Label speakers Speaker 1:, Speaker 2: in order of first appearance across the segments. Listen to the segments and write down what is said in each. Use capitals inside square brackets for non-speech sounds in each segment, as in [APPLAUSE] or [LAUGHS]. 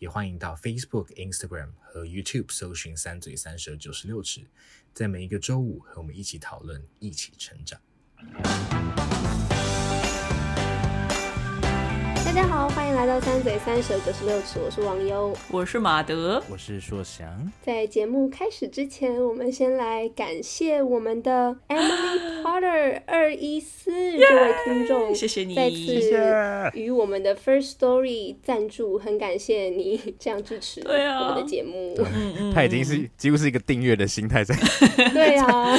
Speaker 1: 也欢迎到 Facebook、Instagram 和 YouTube 搜寻“三嘴三舌九十六尺”，在每一个周五和我们一起讨论，一起成长。
Speaker 2: 大家好，欢迎来到三嘴三舌九十六尺，我是王优。
Speaker 3: 我是马德，
Speaker 4: 我是硕翔，
Speaker 2: 在节目开始之前，我们先来感谢我们的 Emily Potter 二一四这位听众，
Speaker 3: 谢谢你
Speaker 2: 再次与我们的 First Story 赞助，很感谢你这样支持
Speaker 3: 对啊
Speaker 2: 我们的节目。
Speaker 4: 他已经
Speaker 2: 嗯
Speaker 4: 是几乎是一个订阅的心
Speaker 2: [LAUGHS]
Speaker 4: 态在
Speaker 2: 对啊，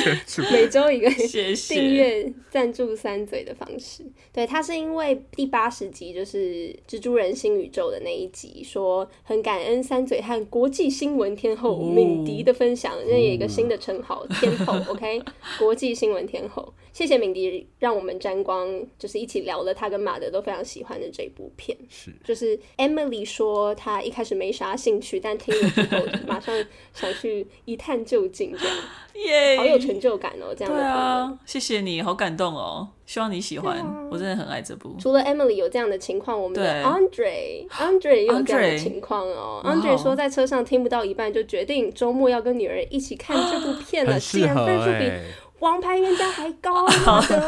Speaker 2: 每周一个
Speaker 3: 谢谢
Speaker 2: 订阅赞助三嘴的方式。对，他是因为第八十集就是《蜘蛛人新宇宙》的那一集，说很感恩三嘴和国际新闻天后
Speaker 3: 哦嗯
Speaker 2: 敏迪的分享，那、有一个新的称号天后
Speaker 3: [LAUGHS]
Speaker 2: ，OK，国际新闻天后。谢谢敏迪，让我们沾光，就是一起聊了他跟马德都非常喜欢的这部片。
Speaker 4: 是
Speaker 2: 就是 Emily 说她一开始没啥兴趣，但听了之
Speaker 3: [LAUGHS]
Speaker 2: 后就马上想去一探究竟，这样。
Speaker 3: 耶，
Speaker 2: 好有成就感哦，这样的朋
Speaker 3: 对
Speaker 2: 友。
Speaker 3: 啊，谢谢你好感动哦，希望你喜欢，
Speaker 2: 啊
Speaker 3: 我真的很爱这部。
Speaker 2: 除了 Emily 有这样的情况，我们的
Speaker 3: 对
Speaker 2: Andre Andre 也有这样的
Speaker 3: Andre
Speaker 2: 情况哦。
Speaker 3: 哇
Speaker 2: Andre 说在车上听不到一半，就决定周末要跟女儿一起看这
Speaker 3: [GASPS]
Speaker 2: 部片了，
Speaker 4: 很
Speaker 2: 竟
Speaker 4: 适
Speaker 2: 然
Speaker 4: 合
Speaker 2: 分数
Speaker 4: 哎、
Speaker 2: 比《王牌冤家》还
Speaker 3: [LAUGHS]
Speaker 2: 高，好的，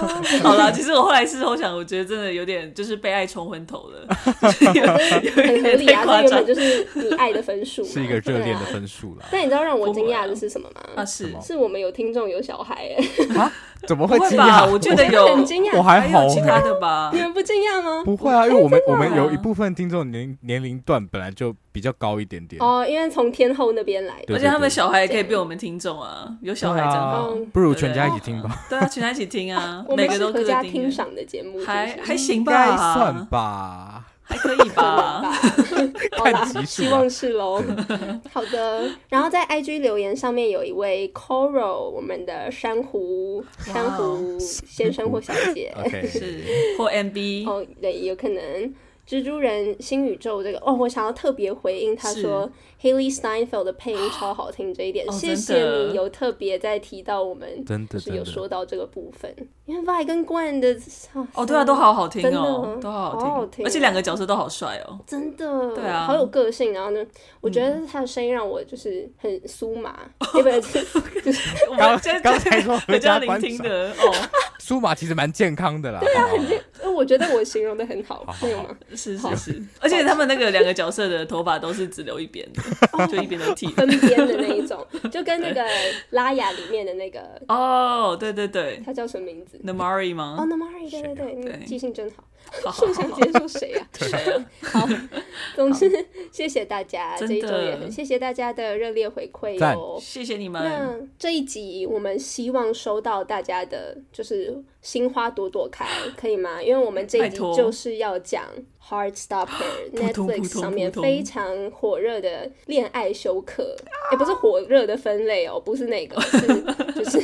Speaker 2: [LAUGHS]
Speaker 3: 好啦，其实我后来事后想，我觉得真的有点就是被爱冲昏
Speaker 2: [LAUGHS]
Speaker 3: 头了，有有
Speaker 2: 很
Speaker 3: 一
Speaker 2: 合
Speaker 3: 点
Speaker 2: 理
Speaker 3: 太
Speaker 2: 啊，这
Speaker 3: 夸
Speaker 2: 原本
Speaker 3: 张
Speaker 2: 就是你爱的分数嘛，
Speaker 4: 是一个热恋的
Speaker 2: 对啊。
Speaker 4: 分数啦。
Speaker 2: 但你知道让我惊讶
Speaker 3: 不会
Speaker 2: 的
Speaker 3: 啊
Speaker 2: 是什么吗？
Speaker 3: 啊！是
Speaker 4: 么
Speaker 2: 是我们有听众有小孩，哎，
Speaker 4: 啊，怎么
Speaker 3: 不
Speaker 4: 会
Speaker 3: 会
Speaker 4: 惊
Speaker 3: 吧？
Speaker 4: 讶？
Speaker 3: 我觉得有，
Speaker 2: 很惊
Speaker 4: 我
Speaker 2: 讶，
Speaker 4: 还好
Speaker 3: 有其他
Speaker 4: 欸，
Speaker 3: 的吧
Speaker 2: 你？们不惊讶吗？
Speaker 4: [LAUGHS] 不会啊，因为我们我们
Speaker 3: 啊
Speaker 4: 有一部分听众年年龄段本来就比较高一点点，
Speaker 2: 哦，因为从天后那边来的
Speaker 4: 对
Speaker 3: 而且他们小孩也可以变我们听众啊，有小孩真好
Speaker 2: 嗯。
Speaker 4: 不如全家一起听吧，
Speaker 3: 对啊，全家一起听
Speaker 2: [LAUGHS]
Speaker 3: 啊，
Speaker 2: 我
Speaker 3: 每
Speaker 2: 们
Speaker 3: 个
Speaker 2: 是
Speaker 3: 都
Speaker 2: 合
Speaker 3: 各
Speaker 2: 家
Speaker 3: 订
Speaker 2: 听
Speaker 3: 阅，
Speaker 2: 赏的节目，
Speaker 3: 还
Speaker 2: 是不是
Speaker 3: 还行啊
Speaker 4: 应
Speaker 2: 啊
Speaker 3: 吧，
Speaker 4: 该算吧。
Speaker 2: [LAUGHS]
Speaker 3: 还可以吧。
Speaker 2: 好
Speaker 4: 看
Speaker 2: 啦，
Speaker 4: 集数啊
Speaker 2: 哦希望是喽。好的，然后在 IG 留言上面有一位 Coral，我们的珊瑚
Speaker 3: 哇哦
Speaker 2: 珊瑚先生或小
Speaker 4: [LAUGHS]
Speaker 2: 姐， [LAUGHS]
Speaker 4: OK，
Speaker 3: 是或
Speaker 4: 嗯
Speaker 3: MB，
Speaker 2: 哦，对，有可能。蜘蛛人新宇宙这个哦，我想要特别回应他
Speaker 3: 是
Speaker 2: 说 Haley Steinfeld 的配音超好听这一点，
Speaker 3: 哦
Speaker 2: 谢
Speaker 3: 真
Speaker 2: 谢
Speaker 3: 的
Speaker 2: 你有特别在提到我们
Speaker 4: 真的
Speaker 2: 是有
Speaker 4: 真
Speaker 2: 说
Speaker 4: 的，
Speaker 2: 到这个部分，因为 Vi 跟 Gwen 的
Speaker 3: 哦，对啊，都好好听
Speaker 2: 真的
Speaker 3: 哦，都好
Speaker 2: 好好
Speaker 3: 好
Speaker 2: 听
Speaker 3: 听，而且两个角色都好帅哦。
Speaker 2: 真的，
Speaker 3: 对啊
Speaker 2: 好有个性。然后呢，我觉得他的声音让我就是很苏麻，
Speaker 3: 嗯
Speaker 2: 要
Speaker 3: [LAUGHS]
Speaker 2: 不然就是
Speaker 3: 我
Speaker 4: 刚
Speaker 3: 们真的
Speaker 4: 刚才说
Speaker 3: 人
Speaker 4: 合
Speaker 3: 家
Speaker 4: 家
Speaker 3: 聆
Speaker 4: 观
Speaker 3: 听
Speaker 4: 赏，
Speaker 3: 的哦，
Speaker 4: 苏马其实蛮健康的啦。对啊，
Speaker 2: 呃我觉得我形容的很好，没有吗？
Speaker 3: 是是是，而且他们那个两个角色的头发都是只留一边的，就一边都剃。
Speaker 2: 分边的那一种，就跟
Speaker 3: [LAUGHS]
Speaker 2: 那个拉雅里面的那个，
Speaker 3: 哦，对对对
Speaker 2: 他叫什么名字？
Speaker 3: ，Namari
Speaker 2: 哦
Speaker 3: 吗？
Speaker 2: ，Namari，对对对，
Speaker 3: 嗯啊对
Speaker 2: 你记性真好。
Speaker 3: 好好
Speaker 2: 我想直接说谁啊？好，总之谢谢大家，这
Speaker 3: 真
Speaker 2: 一周
Speaker 3: 的
Speaker 2: 也很谢谢大家的热烈回馈
Speaker 4: 赞
Speaker 2: 哦。
Speaker 3: 谢谢你们，
Speaker 2: 那这一集我们希望收到大家的，就是心花朵朵开，可以吗？因为我们这一
Speaker 3: 拜
Speaker 2: 集
Speaker 3: 托
Speaker 2: 就是要讲《Heartstopper 》
Speaker 3: [GASPS] 扑通扑
Speaker 2: Netflix
Speaker 3: 通
Speaker 2: 上面
Speaker 3: 扑通
Speaker 2: 非常火热的恋爱休克，哎、不是火热的分类哦，不是那个，是
Speaker 3: [LAUGHS]
Speaker 2: 就是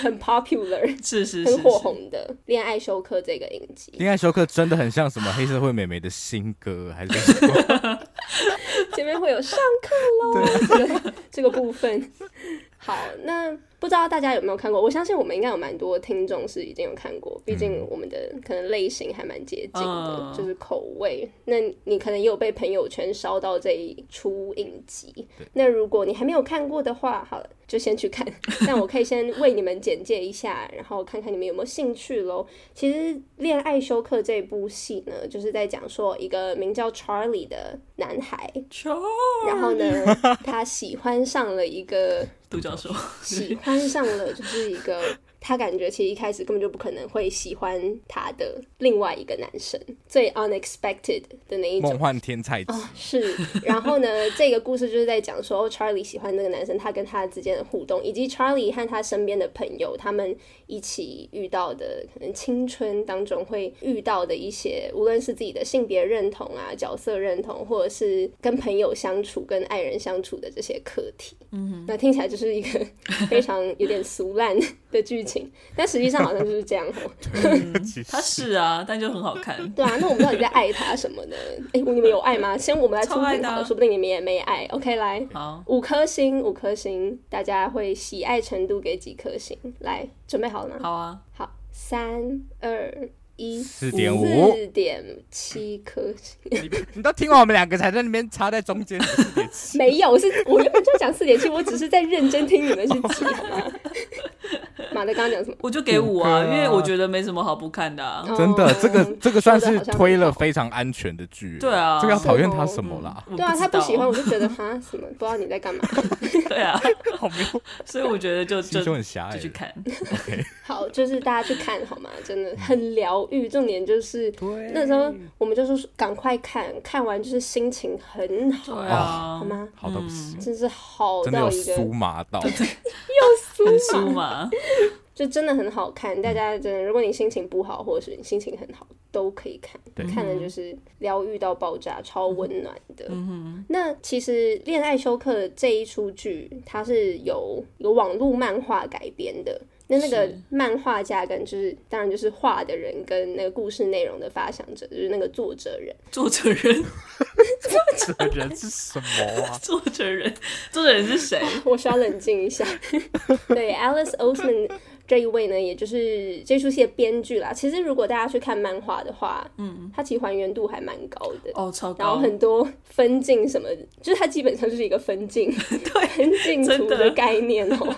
Speaker 2: 很 popular、
Speaker 3: 是是是
Speaker 2: 很火
Speaker 3: 是，
Speaker 2: 红的恋爱休克这个影集。
Speaker 4: 恋爱休克真的很像什么黑社会美眉的新歌，还是
Speaker 2: [LAUGHS]
Speaker 4: 什么
Speaker 2: 前面会有上课喽， [LAUGHS] 这个这个部分。好，那不知道大家有没有看过？我相信我们应该有蛮多听众是已经有看过，毕竟我们的可能类型还蛮接近的，
Speaker 3: 嗯
Speaker 2: 就是口味。那你可能也有被朋友圈烧到这一出影集。那如果你还没有看过的话，好了，就先去看。 [LAUGHS] 但我可以先为你们简介一下，然后看看你们有没有兴趣喽。其实《恋爱休克》这部戏呢，就是在讲说一个名叫 Charlie 的男孩，然后呢，他喜欢上了一个，
Speaker 3: 独角兽，
Speaker 2: 喜欢上了就是一个，他感觉其实一开始根本就不可能会喜欢他的另外一个男生，最 unexpected 的那一种
Speaker 4: 梦。幻天才子？
Speaker 2: 啊是，然后呢，这个故事就是在讲说，Charlie 哦喜欢那个男生，他跟他之间的互动，以及 Charlie 和他身边的朋友他们一起遇到的，可能青春当中会遇到的一些，无论是自己的性别认同啊、角色认同，或者是跟朋友相处、跟 [LAUGHS] 爱人相处的这些课题。嗯，那听起来就是一个非常有点俗烂的剧情，但实际上好像就是这样哦。
Speaker 4: 其实
Speaker 3: 他是啊，但就很好看。
Speaker 2: 对啊，那我们到底在爱他什
Speaker 3: [LAUGHS]
Speaker 2: 么呢？哎、你们有爱吗？先我们来出
Speaker 3: 超爱
Speaker 2: 评
Speaker 3: 的
Speaker 2: 好
Speaker 3: 啊
Speaker 2: 了，说不定你们也没爱。OK，来，
Speaker 3: 好，
Speaker 2: 五颗星，五颗星，大家会喜爱程度给几颗星？来，准备好了吗？
Speaker 3: 好啊，
Speaker 2: 好，三二一，四
Speaker 4: 4.5
Speaker 2: 四点七颗星，
Speaker 4: 你 [LAUGHS] 你都听完我们两个才在那边插在中间，四点七，
Speaker 2: 没有，我是我原本就讲四点七，我只是在认真听你们去讲
Speaker 3: [LAUGHS]
Speaker 2: 嘛。马德刚刚讲什么？
Speaker 3: 我就给五啊，
Speaker 4: 五颗
Speaker 3: 因
Speaker 4: 啊
Speaker 3: 为我觉得没什么好不看的啊。
Speaker 4: 真的，
Speaker 2: 哦 [LAUGHS]
Speaker 4: 这个这个算
Speaker 2: 说得
Speaker 4: 是
Speaker 2: 好像
Speaker 4: 推了
Speaker 2: 很好
Speaker 4: 非常安全的剧。
Speaker 3: 对啊
Speaker 4: 这个要讨厌他
Speaker 2: 是哦
Speaker 4: 什么啦？
Speaker 3: 我
Speaker 2: 对啊，
Speaker 3: 知
Speaker 2: 他不
Speaker 3: 道
Speaker 2: 喜欢，我就觉得哈什么，不知道你在干嘛。
Speaker 3: 对啊，
Speaker 4: [LAUGHS] 好没有，
Speaker 3: 所以我觉得就就
Speaker 4: 心胸很
Speaker 3: 就
Speaker 4: 狭隘
Speaker 3: 去
Speaker 4: 的。
Speaker 3: 看。
Speaker 4: OK，
Speaker 2: 好，就是大家去看好吗？真的很疗愈，重点就是
Speaker 4: 对
Speaker 2: 那时候我们就说赶快看，看完就是心情很好，
Speaker 3: 对
Speaker 2: 好
Speaker 3: 啊，
Speaker 2: 吗？
Speaker 4: 好到不行，
Speaker 2: 真是好
Speaker 4: 真的有
Speaker 2: 嗯到一个
Speaker 4: 酥麻到。
Speaker 3: 很酥嘛，
Speaker 2: 就真的很好看，大家真的，如果你心情不好，或者是你心情很好，都可以看，
Speaker 4: 对
Speaker 2: 看了就是疗愈到爆炸，超温暖的。嗯、那其实《恋爱休克》这一出剧，它是由有网络漫画改编的。那那个
Speaker 3: 是
Speaker 2: 漫画家跟就是当然就是画的人跟那个故事内容的发想者，就是那个作者人，
Speaker 3: 作者人，
Speaker 4: [LAUGHS]
Speaker 3: [LAUGHS]
Speaker 4: 这个人是什么啊？
Speaker 3: 作者人，作者人是谁？
Speaker 2: [LAUGHS] 我需要冷静
Speaker 3: [LAUGHS]
Speaker 2: 一下。对，Alice Oseman 这一位呢，也就是这出戏的编剧啦。其实如果大家去看漫画的话，嗯，它其实还原度还蛮高的。
Speaker 3: 哦，超
Speaker 2: 然后
Speaker 3: 高，
Speaker 2: 很多分镜什么的，就是它基本上就是一个分
Speaker 3: [LAUGHS]
Speaker 2: 镜分镜
Speaker 3: 真
Speaker 2: 图
Speaker 3: 的
Speaker 2: 的概念 [LAUGHS] 哦、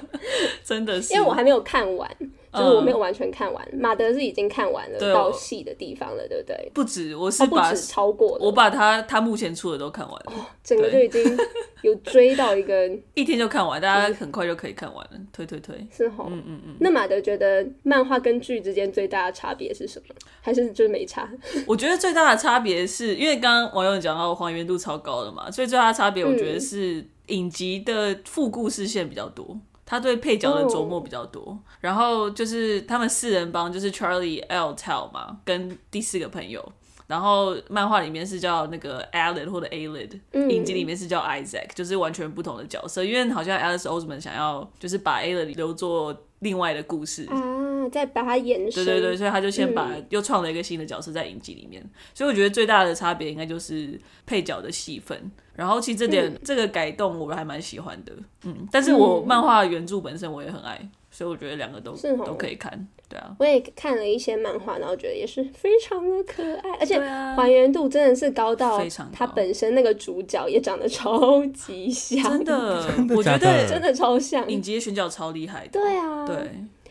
Speaker 3: 真的是，嗯
Speaker 2: 因为我还没有看完，就是我没有完全看完。马德是已经看完了
Speaker 3: 对
Speaker 2: 到
Speaker 3: 我
Speaker 2: 戏的地方了，对不对？
Speaker 3: 不止，我是
Speaker 2: 哦他不
Speaker 3: 把
Speaker 2: 止超过
Speaker 3: 我
Speaker 2: 了，哦
Speaker 3: 把他他目前出的都看完了，
Speaker 2: 整个就
Speaker 3: 对
Speaker 2: 已经有追到一个
Speaker 3: 一天就看完，大家很快就可以看完了。推推推，
Speaker 2: 是吼，嗯嗯嗯。那马德觉得漫画跟剧之间最大的差别是什么？还是就是没差？
Speaker 3: 我觉得最大的差别是因为刚刚网友讲到还原度超高的嘛，所以最大的差别我觉得是影集的副故事线比较多。他对配角的琢磨比较多然后就是他们四人帮，就是 Charlie、L、Tal 嘛，跟第四个朋友，然后漫画里面是叫那个 Alid 或者 Alid，、
Speaker 2: 嗯
Speaker 3: 影集里面是叫 Isaac，就是完全不同的角色，因为好像 Alice Osman 想要就是把 Alid 留作另外的故
Speaker 2: [LAUGHS]
Speaker 3: 事，
Speaker 2: 啊，再把它延
Speaker 3: 对
Speaker 2: 伸。
Speaker 3: 对对，所以他就先把、
Speaker 2: 嗯
Speaker 3: 又创了一个新的角色在影集里面，所以我觉得最大的差别应该就是配角的戏份。然后其实这点、这个改动我还蛮喜欢的，嗯，但是我
Speaker 2: 嗯
Speaker 3: 漫画原著本身我也很爱，所以我觉得两个都
Speaker 2: 是哦
Speaker 3: 都可以看，对
Speaker 2: [LAUGHS]
Speaker 3: 啊，
Speaker 2: 我也看了一些漫画，然后觉得也是非常的可爱，而且
Speaker 3: 对啊
Speaker 2: 还原度真的是高到
Speaker 3: 非常高
Speaker 2: 它本身那个主角也长得超级像，
Speaker 3: 真的，
Speaker 4: 的
Speaker 3: 我觉
Speaker 4: 假的
Speaker 2: [LAUGHS]
Speaker 3: 得
Speaker 2: 真的超像。
Speaker 3: 影集的选角超厉害的，
Speaker 2: 对啊，
Speaker 3: 对，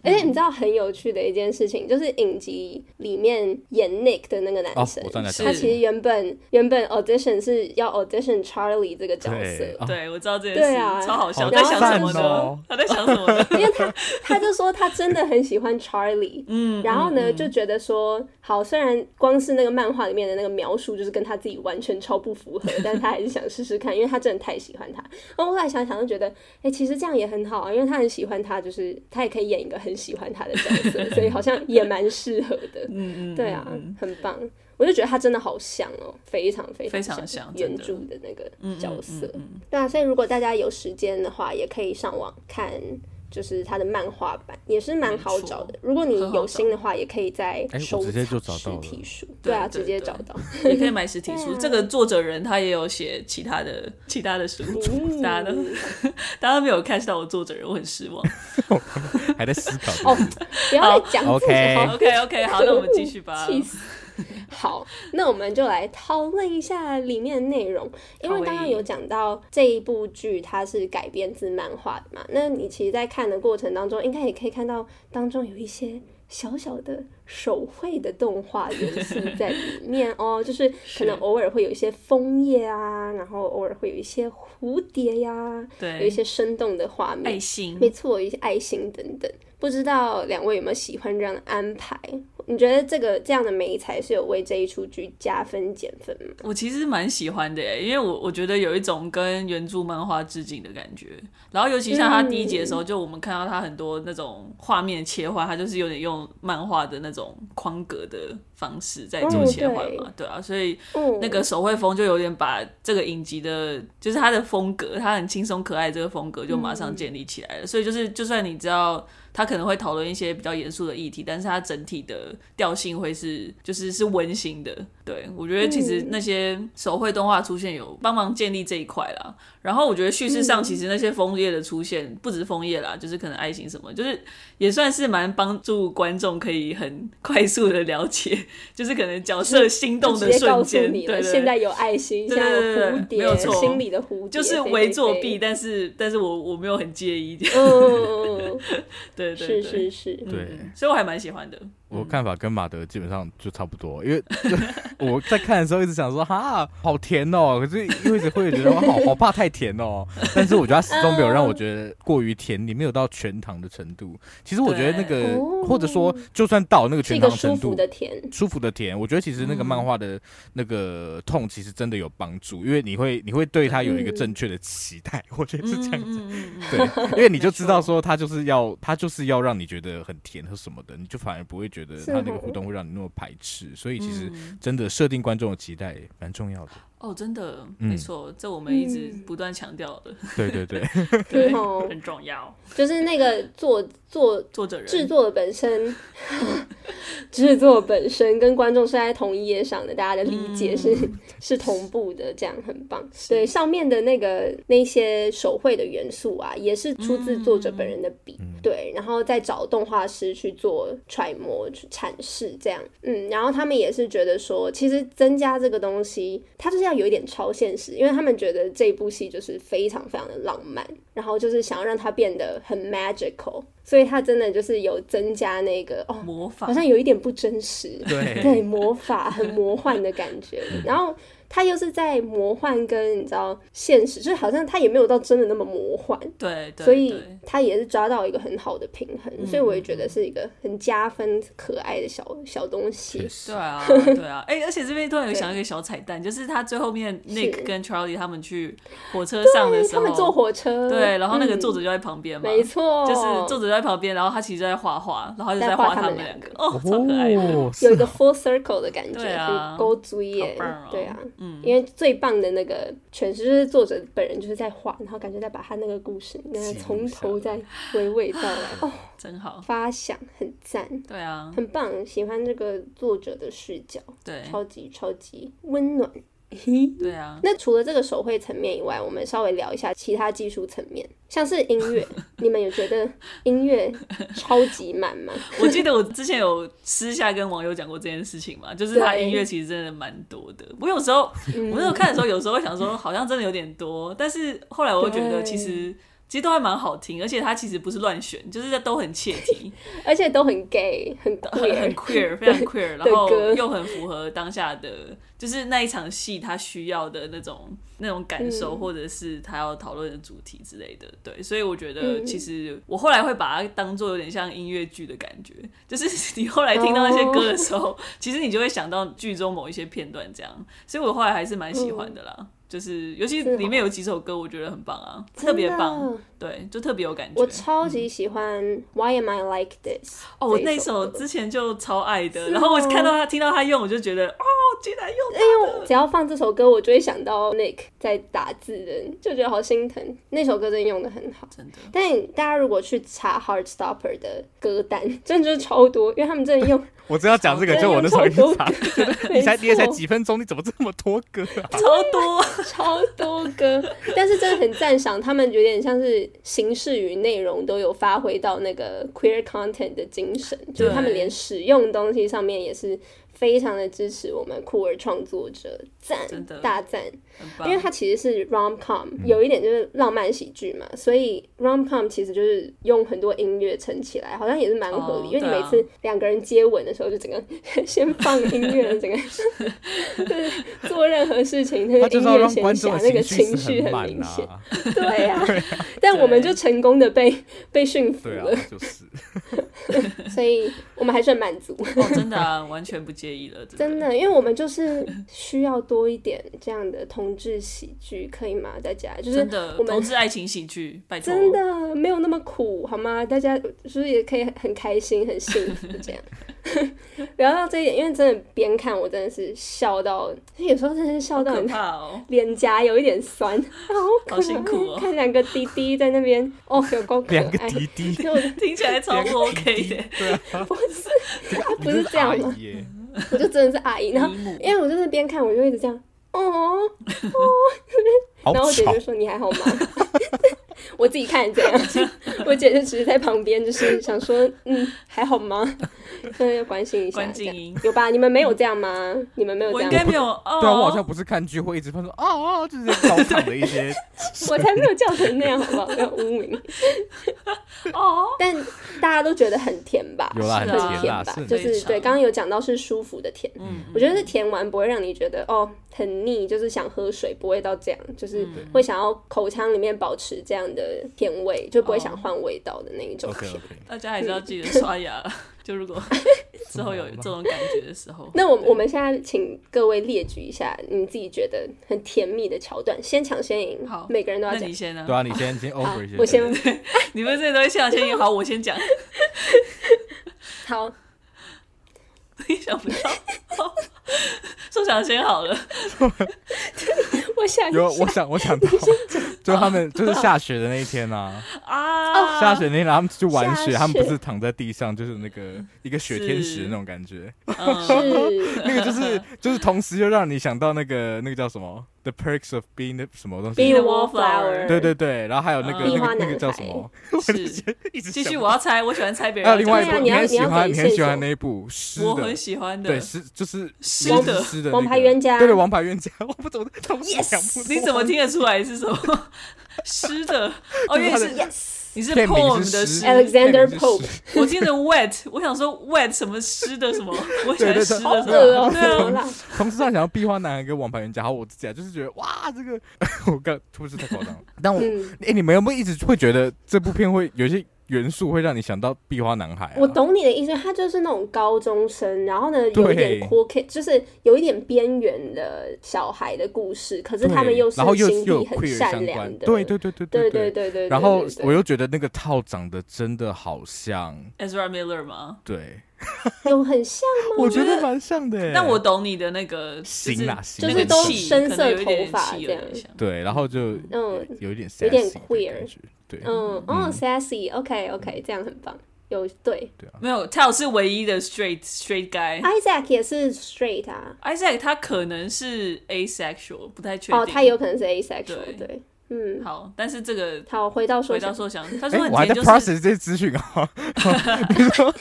Speaker 2: 而且你知道很有趣的一件事情，就是影集里面演 Nick 的那个男生，
Speaker 4: 哦我知道你在
Speaker 2: 他
Speaker 4: 讲
Speaker 2: 其实原本原本 audition 是要 audition Charlie 这个角色，
Speaker 4: 对啊
Speaker 3: 对，我知道这件
Speaker 2: 对
Speaker 3: 事，
Speaker 2: 啊
Speaker 3: 超好笑。
Speaker 4: 好
Speaker 3: 他在想什
Speaker 2: 赞
Speaker 3: 么
Speaker 4: 哦
Speaker 3: 呢？他在想什么呢？
Speaker 2: 因为他他就说他真的很喜欢 Charlie，嗯，然后呢就觉得说好，虽然光是那个漫画里面的那个描述就是跟他自己完全超不符合，但是他还是想试试看，因为他真的太喜欢他。然后后来想想就觉得，哎、其实这样也很好啊，因为他很喜欢他，就是他也可以演一个很喜欢他的角色，所以好像也蛮适合的， [LAUGHS] 嗯嗯，对啊，很棒。我就觉得他真的好像哦，非常非
Speaker 3: 非
Speaker 2: 常
Speaker 3: 常像真
Speaker 2: 原
Speaker 3: 的嗯
Speaker 2: 著的那个角色，对啊，所以如果大家有时间的话，也可以上网看，就是它的漫画版，也是蛮好找的。如果你有心的话，也可以在
Speaker 4: 哎我
Speaker 2: 收
Speaker 4: 直接就
Speaker 2: 藏
Speaker 4: 找到了
Speaker 2: 实体书，
Speaker 3: 对
Speaker 2: 啊，
Speaker 3: 对
Speaker 2: 直接
Speaker 3: 对
Speaker 2: 找到。
Speaker 3: 也可以买实体
Speaker 2: [LAUGHS] 对
Speaker 3: 书。
Speaker 2: 啊
Speaker 3: 这个作者人他也有写其他的其他的书，
Speaker 2: 嗯
Speaker 3: 大家都大家都没有 catch 到我作者人，我很失望。
Speaker 4: 还在思考。
Speaker 2: 哦，不要再讲自己
Speaker 4: OK
Speaker 2: 好
Speaker 3: OK OK，好，那我们继续
Speaker 2: [LAUGHS]
Speaker 3: 吧。
Speaker 2: 气死！好，那我们就来讨论一下里面的内容，因为
Speaker 3: 好诶
Speaker 2: 刚刚有讲到这一部剧它是改编自漫画的嘛，那你其实，在看的过程当中，应该也可以看到当中有一些。小小的手绘的动画元素在里
Speaker 3: [LAUGHS]
Speaker 2: 面哦，就是可能偶尔会有一些枫叶啊，然后偶尔会有一些蝴蝶呀、有一
Speaker 3: 对，
Speaker 2: 些生动的画面，
Speaker 3: 爱心
Speaker 2: 没错，一些爱心等等。不知道两位有没有喜欢这样的安排？你觉得这个这样的美才是有为这一出剧加分减分吗？
Speaker 3: 我其实蛮喜欢的耶，因为我我觉得有一种跟原著漫画致敬的感觉。然后尤其像他第一集的
Speaker 2: 嗯
Speaker 3: 时候，就我们看到他很多那种画面切换，他就是有点用漫画的那种框格的方式在做
Speaker 2: 嗯
Speaker 3: 切换嘛，对啊，所以
Speaker 2: 嗯，
Speaker 3: 那个手绘风就有点把这个影集的，就是它的风格，它很轻松可爱这个风格就马上建立起来了。所以就是，就算你知道他可能会讨论一些比较严肃的议题，但是它整体的调性会是就是是温馨的。对我觉得其实那些手绘动画出现有帮忙建立这一块啦。然后我觉得叙事上其实那些枫叶的出现，不止枫叶啦，就是可能爱情什么，就是也算是蛮帮助观众可以很快速的了解， [LAUGHS] 就是可能角色心动的
Speaker 2: 直接告
Speaker 3: 瞬
Speaker 2: 诉
Speaker 3: 间，对
Speaker 2: 你了，
Speaker 3: 对对
Speaker 2: 现在有爱心，
Speaker 3: 对
Speaker 2: 现在有
Speaker 3: 对对对
Speaker 2: 蝴
Speaker 3: 没有
Speaker 2: 蝶，
Speaker 3: 错
Speaker 2: 心里的蝴蝶，
Speaker 3: 就是
Speaker 2: 飞
Speaker 3: 围作。
Speaker 2: 飞
Speaker 3: 弊，
Speaker 2: 飞
Speaker 3: 但是但是我我没有很介意， [LAUGHS] 对
Speaker 2: 嗯嗯，嗯嗯
Speaker 3: 对 [LAUGHS] 对，
Speaker 2: 是是是，
Speaker 3: 嗯
Speaker 4: 对
Speaker 3: 所以我还蛮喜欢的。
Speaker 4: 我看法跟马德基本上就差不多，因为 [LAUGHS] 我在看的时候一直想说哈，好甜哦，可是又一直会觉得我
Speaker 2: [LAUGHS]
Speaker 4: 好好怕太甜哦。但是我觉得它始终没有让我觉得过于甜，你没有到全糖的程度。其实我觉得那
Speaker 2: 对
Speaker 4: 个
Speaker 2: 哦，
Speaker 4: 或者说就算到那个
Speaker 2: 是一
Speaker 4: 全
Speaker 2: 个
Speaker 4: 糖
Speaker 2: 舒
Speaker 4: 程
Speaker 2: 服
Speaker 4: 度，
Speaker 2: 的甜，
Speaker 4: 舒服的甜，我觉得其实那个
Speaker 2: 嗯
Speaker 4: 漫画的那个痛其实真的有帮助，因为你会你会对它有一个正确的期待，我觉得 [LAUGHS] 是这样子。
Speaker 3: 嗯嗯嗯嗯
Speaker 4: 对，因为你就
Speaker 2: [LAUGHS]
Speaker 4: 知道说它就是要它就是要让你觉得很甜或什么的，你就反而不会觉得
Speaker 2: 是
Speaker 4: 它
Speaker 2: 哦
Speaker 4: 那个互动会让你那么排斥。所以其实
Speaker 3: 嗯
Speaker 4: 真的设定观众的期待蛮重要的。
Speaker 3: 哦，真的，
Speaker 4: 嗯
Speaker 3: 没错，这我们一直
Speaker 2: 嗯
Speaker 3: 不断强调的，
Speaker 4: 对对
Speaker 2: [LAUGHS]
Speaker 4: 对，
Speaker 3: [LAUGHS] 对
Speaker 2: 嗯哦，
Speaker 3: 很重要。
Speaker 2: 就是那个作作
Speaker 3: 作者人
Speaker 2: 制作的本身， [LAUGHS] 制作本身跟观众是在同一页上的，大家的理解是、 [LAUGHS] 是同步的，这样很棒。对上面的那个那些手绘的元素啊，也是出自作者本人的笔，对，然后再找动画师去做揣摩、去阐释这样。嗯，然后他们也是觉得说，其实增加这个东西，它就是要有一点超现实，因为他们觉得这部戏就是非常非常的浪漫，然后就是想要让它变得很 magical，所以它真的就是有增加那个哦，
Speaker 3: 魔法
Speaker 2: 好像有一点不真实，
Speaker 4: 对
Speaker 2: 对，魔法很魔幻的感觉。然后它又是在魔幻跟你知道现实，就是好像它也没有到真的那么魔幻，
Speaker 3: 对对，
Speaker 2: 所以
Speaker 3: 对嗯
Speaker 2: 它也是抓到一个很好的平衡，所以我也觉得是一个很加分、可爱的小小东西。
Speaker 3: 对
Speaker 2: [LAUGHS]
Speaker 3: 啊，对啊，哎、而且这边突然有想到一个小彩蛋，就是他最后面 Nick 跟 Charlie 他们去火车上的
Speaker 2: 对
Speaker 3: 时
Speaker 2: 他
Speaker 3: 候，
Speaker 2: 们坐火车，
Speaker 3: 对，然后那个
Speaker 2: 嗯
Speaker 3: 作者就在旁边嘛，
Speaker 2: 没错，
Speaker 3: 就是作者就在旁边，然后他其实就在画画，然后就
Speaker 2: 在画
Speaker 3: 画
Speaker 2: 他
Speaker 3: 他
Speaker 2: 们
Speaker 3: 们
Speaker 2: 两
Speaker 3: 两个，哦，超可爱的，
Speaker 4: 哦，
Speaker 2: 有一
Speaker 4: 是
Speaker 2: 个 full circle 的感觉，
Speaker 3: 对啊
Speaker 2: 很勾追耶
Speaker 3: 好棒哦，
Speaker 2: 对啊，因为最棒的那个诠释就是作者本人就是在画，然后感觉在把他那个故事，那个
Speaker 4: 记录
Speaker 2: 从
Speaker 4: 下
Speaker 2: 头
Speaker 4: 来
Speaker 2: 再娓娓道来，
Speaker 3: [LAUGHS]
Speaker 2: 哦，
Speaker 3: 真好，
Speaker 2: 发想很赞，
Speaker 3: 对啊，
Speaker 2: 很棒，喜欢这个作者的视角，
Speaker 3: 对，
Speaker 2: 超级超级温暖。嘿
Speaker 3: 对啊，
Speaker 2: 那除了这个手绘层面以外，我们稍微聊一下其他技术层面，像是音乐，你们有觉得音乐超级满吗？
Speaker 3: 我记得我之前有私下跟网友讲过这件事情嘛，就是他音乐其实真的蛮多的。我有时候
Speaker 2: 嗯
Speaker 3: 我那时候看的时候，有时候会想说好像真的有点多，但是后来我又觉得
Speaker 2: 对
Speaker 3: 其实其实都还蛮好听，而且它其实不是乱选，就是都很切题，
Speaker 2: 而且都很 gay，很
Speaker 3: 很很
Speaker 2: queer，
Speaker 3: queer，非常 queer，然后
Speaker 2: 歌
Speaker 3: 又很符合当下的，就是那一场戏他需要的那种那种感受，
Speaker 2: 嗯
Speaker 3: 或者是他要讨论的主题之类的。对，所以我觉得
Speaker 2: 嗯
Speaker 3: 其实我后来会把它当做有点像音乐剧的感觉，就是你 [LAUGHS] 后来听到那些歌的时
Speaker 2: 哦
Speaker 3: 候，其实你就会想到剧中某一些片段这样。所以我后来还是蛮喜欢的啦。就是，尤其
Speaker 2: 嗯是哦
Speaker 3: 里面有几首歌，我觉得很棒啊，
Speaker 2: 真
Speaker 3: 特别
Speaker 2: 的
Speaker 3: 棒，对，就特别有感觉。
Speaker 2: 我超级喜欢《Why Am I Like This》
Speaker 3: 哦，我
Speaker 2: 这一
Speaker 3: 那首
Speaker 2: 歌
Speaker 3: 之前就超爱的，
Speaker 2: 是
Speaker 3: 然后我
Speaker 2: 哦哎
Speaker 3: 看到他听到他用，我就觉得哦，竟然用
Speaker 2: 因为我只要放这首歌，我就会想到 Nick 在打字人，就觉得好心疼。那首歌真的用的很好，
Speaker 3: 真的
Speaker 2: 但大家如果去查 Heartstopper 的歌单，真的就是超多，因为他们真的用
Speaker 4: [LAUGHS] 我真要讲这个，就我那时候一直查，觉
Speaker 2: 哦
Speaker 4: 得 [LAUGHS] 你才你也才几分钟，你怎么这么多歌啊？
Speaker 2: 哎
Speaker 3: 超多，
Speaker 2: 超多歌， [LAUGHS] 但是真的很赞赏他们，有点像是形式与内容都有发挥到那个 queer content 的精神，就是他们连使用东西上面也是非常的支持我们酷儿创作者，赞
Speaker 3: 真的
Speaker 2: 大赞。
Speaker 3: 很
Speaker 2: 因为
Speaker 3: 棒。
Speaker 2: 它其实是 rom com，有一
Speaker 4: 嗯
Speaker 2: 点就是浪漫喜剧嘛，所以 rom com 其实就是用很多音乐撑起来，好像也是蛮合理。
Speaker 3: 哦
Speaker 2: 因为你
Speaker 3: 对啊
Speaker 2: 每次两个人接吻的时候，就整个 [LAUGHS] 先放音乐，
Speaker 3: [LAUGHS]
Speaker 2: 整个 [LAUGHS] 就是做任何事情，那
Speaker 4: 他
Speaker 2: 个
Speaker 4: 就
Speaker 2: 音
Speaker 4: 是要
Speaker 2: 乐
Speaker 4: 让
Speaker 2: 闲
Speaker 4: 观众
Speaker 2: 暇
Speaker 4: 的，
Speaker 2: 那个
Speaker 4: 情
Speaker 2: 情
Speaker 4: 绪
Speaker 2: 绪
Speaker 4: 是很
Speaker 2: 很
Speaker 4: 满
Speaker 2: 明
Speaker 4: [LAUGHS]
Speaker 2: 显。
Speaker 4: 啊。
Speaker 2: 对呀、但我们就成功的被被驯服
Speaker 4: 对
Speaker 2: 了，
Speaker 4: 啊，就是。
Speaker 2: 所以我们还是很满足。
Speaker 3: 哦，真的啊，完全不介介意了。
Speaker 2: 真的，因为我们就是需要多一点这样的同志喜剧，可以吗？大家就是
Speaker 3: 真的
Speaker 2: 我们
Speaker 3: 同志爱情喜剧，拜托，
Speaker 2: 真的没有那么苦，好吗？大家就是也可以很开心、很幸福这样。 [LAUGHS] 聊到这一点，因为真的边看我真的是笑到，有时候真的是笑
Speaker 3: 好
Speaker 2: 到
Speaker 3: 可
Speaker 2: 你
Speaker 3: 怕哦。
Speaker 2: 脸颊有一点酸，好可
Speaker 3: 好辛苦哦
Speaker 2: 爱看两个滴滴在那边，哦，有够可爱。
Speaker 4: 两个滴滴，
Speaker 2: 就
Speaker 3: 听起来超不 OK 的，
Speaker 4: 对啊，
Speaker 2: 不是，
Speaker 4: 他
Speaker 2: 不是这样
Speaker 4: [LAUGHS]
Speaker 2: 吗
Speaker 4: 耶，
Speaker 2: 我就真的是阿 [LAUGHS] 姨，然后
Speaker 3: 姨母
Speaker 2: 因为我就是边看我就一直这样，哦，
Speaker 4: 好
Speaker 2: 然后我姐
Speaker 4: 吵
Speaker 2: 就，说你还好吗？ [LAUGHS] 我自己看这样，我姐就只是在旁边，就是想说，嗯，还好吗？就是要关心一下
Speaker 3: 关，
Speaker 2: 这
Speaker 3: 静
Speaker 2: 样
Speaker 3: 音。
Speaker 2: 有吧？你们没有这样吗？你们没有
Speaker 3: 我
Speaker 2: 这
Speaker 3: 应
Speaker 2: 样
Speaker 3: 该
Speaker 2: 吗，
Speaker 3: 没有哦，
Speaker 4: 对啊，我好像不是看剧会一直喷说哦哦，就是在高场的一
Speaker 2: [LAUGHS]
Speaker 4: 些
Speaker 2: 我才没有叫成那样，好不好？不要污
Speaker 3: [LAUGHS]
Speaker 2: 名。
Speaker 3: 哦，
Speaker 2: 但大家都觉得很甜吧？
Speaker 4: 有啦
Speaker 2: 是
Speaker 3: 很
Speaker 2: 很
Speaker 3: 甜
Speaker 2: 甜
Speaker 4: 啦
Speaker 2: 吧
Speaker 4: 是？很
Speaker 2: 就是
Speaker 3: 甜
Speaker 2: 对，刚刚有讲到是舒服的甜，
Speaker 3: 嗯，
Speaker 2: 我觉得是甜完不会让你觉得哦很腻，就是想喝水，不会到这样，就是
Speaker 3: 嗯
Speaker 2: 会想要口腔里面保持这样的甜味，就不会
Speaker 3: 哦
Speaker 2: 想换味道的那一种
Speaker 4: OK
Speaker 2: 甜。
Speaker 4: OK，
Speaker 3: 大家还是要记得刷牙 [LAUGHS] 了。就
Speaker 2: [LAUGHS]
Speaker 3: 如果之后有这种感觉的时候，
Speaker 2: 那我我们现在请各位列举一下你自己觉得很甜蜜的桥段，先抢先赢，
Speaker 3: 好
Speaker 2: 每个人都要
Speaker 3: 那
Speaker 2: 讲
Speaker 3: 你。先呢？
Speaker 4: 对啊，你先先 over 一些，
Speaker 2: 我先
Speaker 3: 你们这些东西先先好，我先讲。
Speaker 2: 好，
Speaker 3: [LAUGHS] 你想不到， [LAUGHS] 宋想先好了。
Speaker 2: 我想一
Speaker 4: 有
Speaker 2: 下
Speaker 4: [LAUGHS] 我想我想到， [LAUGHS] 就他们就是下雪的那一天啊，
Speaker 3: 啊，
Speaker 4: 下雪那天然后他们去玩
Speaker 2: 下
Speaker 4: 雪，他们不
Speaker 2: 雪
Speaker 4: 是躺在地上，就是那个一个雪天使那种感觉， [LAUGHS]
Speaker 3: 嗯，
Speaker 2: 是
Speaker 4: 那个就是就是同时又让你想到那个那个叫什么《The Perks of Being》的什么东
Speaker 2: Be
Speaker 4: 西
Speaker 2: a。
Speaker 3: Wallflower
Speaker 2: wallflower，
Speaker 4: 对对对，然后还有那个
Speaker 3: 嗯
Speaker 4: 那
Speaker 2: 壁啊花
Speaker 4: 个
Speaker 2: 男
Speaker 4: 那
Speaker 2: 孩
Speaker 4: 个叫什么？
Speaker 3: 是。
Speaker 4: 一直
Speaker 3: 继续，
Speaker 4: 想
Speaker 3: 我要猜，我喜欢猜别人
Speaker 4: 还有
Speaker 3: 要
Speaker 2: 对啊
Speaker 3: 讲什么。
Speaker 4: 另外一部，
Speaker 2: 你要
Speaker 4: 很喜
Speaker 2: 你要给
Speaker 4: 欢，你很喜欢
Speaker 2: 线索
Speaker 4: 那一部湿
Speaker 3: 我
Speaker 4: 的
Speaker 3: 很，喜欢的
Speaker 4: 对，。湿就是
Speaker 3: 湿
Speaker 4: 那个
Speaker 3: 的
Speaker 4: 是湿的
Speaker 2: 王
Speaker 4: 那
Speaker 2: 牌
Speaker 4: 个
Speaker 2: 冤家
Speaker 4: 对对，王牌冤家， [LAUGHS] 我不懂，同时两部
Speaker 2: Yes，
Speaker 4: 都
Speaker 3: 你怎么听得出来是什么？ [LAUGHS] 湿的哦，因为
Speaker 4: 就是是
Speaker 3: 你是
Speaker 4: 片
Speaker 3: poem
Speaker 4: 名
Speaker 3: 的
Speaker 4: 是
Speaker 3: 湿
Speaker 4: 湿，
Speaker 2: Alexander
Speaker 4: 片名是
Speaker 2: Pope
Speaker 4: 湿
Speaker 3: 我听着 wet，我想说 wet 什么湿的
Speaker 4: [LAUGHS]
Speaker 3: 什么，我喜
Speaker 4: 对
Speaker 3: 欢
Speaker 4: 对
Speaker 3: 湿
Speaker 4: 对，
Speaker 3: 的什
Speaker 4: 好
Speaker 3: 么，
Speaker 2: 好恶哦
Speaker 3: 对啊
Speaker 4: [LAUGHS]
Speaker 2: 怎么啦
Speaker 4: 同时上想要壁花男孩跟王牌冤家，还有我自己啊，就是觉得哇，这个 [LAUGHS] 我刚是不是太夸张了？但我哎、
Speaker 2: 嗯，
Speaker 4: 你们有没有一直会觉得这部片会有一些元素会让你想到壁花男孩、啊？
Speaker 2: 我懂你的意思，他就是那种高中生，然后呢有一点
Speaker 4: 对
Speaker 2: cool kid，就是有一点边缘的小孩的故事，可是
Speaker 4: 对，
Speaker 2: 他们又是
Speaker 4: 然后又
Speaker 2: 心地
Speaker 4: 又有
Speaker 2: 很
Speaker 4: queer
Speaker 2: 善
Speaker 4: 相
Speaker 2: 良
Speaker 4: 关，
Speaker 2: 的，
Speaker 4: 对对对对
Speaker 2: 对对
Speaker 4: 对。
Speaker 2: 对对。
Speaker 4: 然后
Speaker 2: 对对
Speaker 4: 我又觉得那个套长得真的好像，
Speaker 3: Ezra Miller 吗？
Speaker 4: 对，
Speaker 2: 有很像吗？
Speaker 4: 我觉得蛮像的、欸。
Speaker 3: 但我懂你的那个
Speaker 4: 行啦行
Speaker 2: 啦
Speaker 3: 那
Speaker 2: 就是
Speaker 3: 个
Speaker 2: 都
Speaker 3: 气
Speaker 2: 深
Speaker 3: 可能有
Speaker 2: 色
Speaker 3: 一点
Speaker 2: 头发
Speaker 3: 气有
Speaker 2: 这样
Speaker 3: 点像
Speaker 4: 对，然后就
Speaker 2: 嗯
Speaker 4: 有一点 s
Speaker 2: 有
Speaker 4: a
Speaker 2: 点
Speaker 4: s 感
Speaker 2: queer
Speaker 4: 觉，对，
Speaker 2: 嗯，哦，sassy，OK OK，这样很棒。有对
Speaker 3: 没有 t e l 是唯一的 straight straight guy。
Speaker 2: ，Isaac 也是 straight 啊，
Speaker 3: Isaac 他可能是 asexual，不太确定。
Speaker 2: 哦，他有可能是 asexual，
Speaker 3: 对
Speaker 2: 对，嗯，
Speaker 3: 好，但是这个
Speaker 2: 好，回到说
Speaker 3: 回
Speaker 2: 想，
Speaker 3: 到说想，他
Speaker 4: 哎、
Speaker 3: 说很
Speaker 4: 我还
Speaker 3: 甜
Speaker 4: 在
Speaker 3: 就是，
Speaker 4: process 这些资讯啊。 [LAUGHS] 比如说，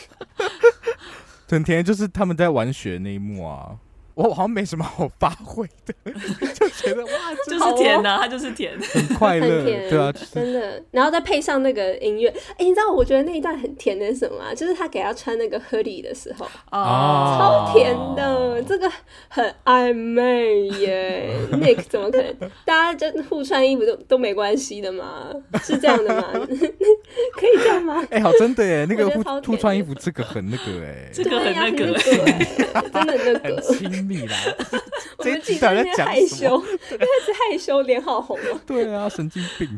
Speaker 4: 很甜就是他们在玩雪那一幕啊，我好像没什么好发挥的，就觉得哇，
Speaker 3: 就
Speaker 2: 好哦
Speaker 3: 是甜啊呐、他就是甜。
Speaker 4: 很快乐，
Speaker 2: 很甜，
Speaker 4: 对啊，就是
Speaker 2: 真的。然后再配上那个音乐，哎、你知道我觉得那一段很甜的是什么、啊？就是他给他穿那个 hoodie 的时候，
Speaker 3: 哦，
Speaker 2: 超甜的，这个很暧昧耶。Nick 怎么可能？ [LAUGHS] 大家就互穿衣服都都没关系的嘛？是这样的吗？ [LAUGHS] 可以这样吗？
Speaker 4: 哎、好真的耶，那个
Speaker 2: 我觉得
Speaker 4: 互
Speaker 2: 超甜
Speaker 4: 互穿衣服这个很那个哎，
Speaker 3: 这个很那
Speaker 2: 对呀很
Speaker 3: 个
Speaker 2: 那个 [LAUGHS] 耶真的很
Speaker 4: 很
Speaker 2: 那个。
Speaker 4: 亲密啦。
Speaker 2: 我
Speaker 4: 哎这
Speaker 2: 们
Speaker 4: 一
Speaker 2: 自己
Speaker 4: 集
Speaker 2: 在
Speaker 4: 到
Speaker 2: 那
Speaker 4: 底
Speaker 2: 边
Speaker 4: 在
Speaker 2: 害
Speaker 4: 讲
Speaker 2: 羞
Speaker 4: 什，么？ [LAUGHS]
Speaker 2: 因为是害羞，脸好红哦。
Speaker 4: 对啊，神经病。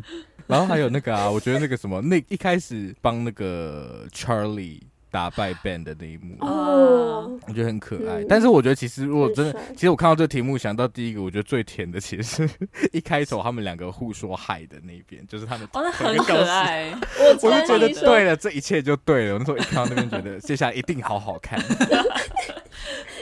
Speaker 4: 然后还有那个啊，我觉得那个什么，那一开始帮那个 Charlie 打败 Ben 的那
Speaker 3: [LAUGHS]
Speaker 4: 一
Speaker 3: 啊
Speaker 4: 幕，
Speaker 2: 哦，
Speaker 4: 我觉得很可爱。
Speaker 2: 嗯
Speaker 4: 但是我觉得其实如果真的
Speaker 2: 很帅，
Speaker 4: 其实我看到这个题目，想到第一个，我觉得最甜的其实是 [LAUGHS] 一开头他们两个互说嗨的那一边，就是他们。
Speaker 3: 哦，那很可爱。
Speaker 2: 我
Speaker 4: 我就
Speaker 2: 跟
Speaker 4: 觉得
Speaker 2: 你说，
Speaker 4: 对了，这一切就对了。我那时候一看到那边，觉得接下来一定好好
Speaker 2: [LAUGHS]
Speaker 4: 看。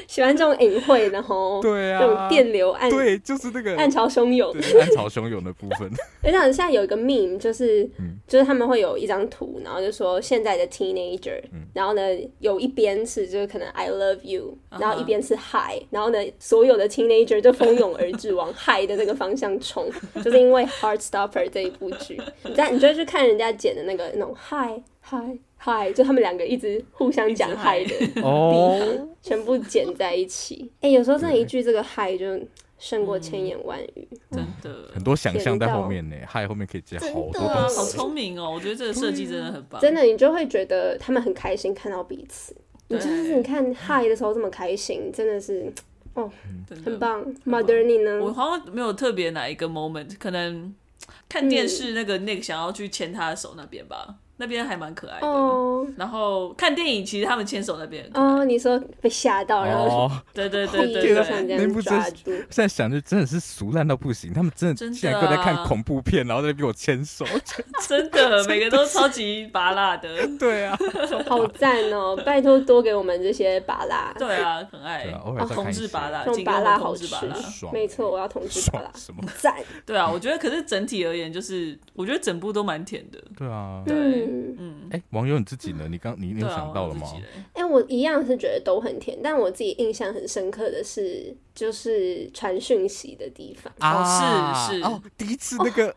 Speaker 2: 喜欢这种隐晦的吼，
Speaker 4: 对
Speaker 2: 这种
Speaker 4: 啊，
Speaker 2: 电流暗
Speaker 4: 对，就是那个
Speaker 2: 暗潮汹涌
Speaker 4: 对。就是暗潮汹涌的部
Speaker 2: [LAUGHS]
Speaker 4: 分。
Speaker 2: 而且好像有一个 meme，就是、
Speaker 4: 嗯
Speaker 2: 就是他们会有一张图，然后就说现在的 teenager，、然
Speaker 4: 嗯
Speaker 2: 后呢有一边是就是可能 I love you，
Speaker 3: 啊哈
Speaker 2: 然后一边是 hi，然后呢所有的 teenager 就蜂拥而至往 hi 的那个方向冲，就是因为 Heartstopper 这一部剧，你在你就会去看人家剪的那个那种 hi hi hi，就他们两个一直互相讲
Speaker 3: 一直
Speaker 2: hi
Speaker 3: hi
Speaker 2: 的，
Speaker 4: 哦，
Speaker 2: 全部剪在一起。哎、有时候真的一句这个 hi 就胜过千言万语，
Speaker 3: 真的
Speaker 4: 很多想象在后面呢，嗨后面可以接好多
Speaker 2: 真的啊
Speaker 4: 东
Speaker 3: 好
Speaker 4: 西。
Speaker 3: 聪明哦！我觉得这个设计真的很棒，
Speaker 2: 真的你就会觉得他们很开心看到彼此。你就是你看嗨的时候这么开心，真的是哦，
Speaker 3: 真的
Speaker 2: 很。棒。Mother，你
Speaker 3: 嗯我
Speaker 2: 呢？
Speaker 3: 好像没有特别哪一个 moment，可能看电视那个
Speaker 2: 嗯
Speaker 3: Nick 想要去牵他的手那边吧，那边还蛮可爱的。
Speaker 2: 哦
Speaker 3: 然后看电影，其实他们牵手那边很可爱，
Speaker 2: 哦，你说被吓到，然后
Speaker 4: 哦，
Speaker 3: 对对对
Speaker 2: 第
Speaker 3: 对
Speaker 2: 一
Speaker 4: 天
Speaker 2: 个
Speaker 4: 啊
Speaker 2: 想这
Speaker 3: 对
Speaker 4: 那
Speaker 2: 样
Speaker 4: 部
Speaker 2: 抓
Speaker 4: 真
Speaker 2: 住，
Speaker 4: 现在想就真的是俗烂到不行，他们真
Speaker 3: 真
Speaker 4: 的
Speaker 3: 的
Speaker 4: 竟然都在看
Speaker 3: 啊
Speaker 4: 恐怖片，然后在那边给我牵手，
Speaker 3: 真的每个都超级拔辣的，
Speaker 4: 对啊，
Speaker 2: 好赞哦！拜托多给我们这些拔
Speaker 3: [LAUGHS]
Speaker 2: 蜡，
Speaker 3: 对啊，很爱
Speaker 4: 对啊偶尔再看一
Speaker 3: 同志
Speaker 4: 些
Speaker 3: 拔辣，
Speaker 2: 这种
Speaker 3: 尽量
Speaker 2: 拔蜡
Speaker 3: 同
Speaker 2: 好
Speaker 3: 志
Speaker 2: 吃
Speaker 3: 拔辣，
Speaker 4: 爽，
Speaker 2: 没错，我要同志拔
Speaker 4: 爽
Speaker 2: 蜡，
Speaker 4: 什么？
Speaker 2: 赞。
Speaker 3: 对啊，我觉得可是整体而言，就是我觉得整部都蛮甜的，
Speaker 4: 对啊，
Speaker 3: 对
Speaker 2: 嗯，
Speaker 3: 嗯，
Speaker 4: 哎，网友你自己呢？你刚你
Speaker 3: 对
Speaker 4: 你有
Speaker 3: 啊，
Speaker 4: 想到了吗
Speaker 3: 我？自己嘞
Speaker 2: 哎、我一样是觉得都很甜，但我自己印象很深刻的是，就是传讯息的地方。
Speaker 3: 是是
Speaker 4: 啊哦，第一次那个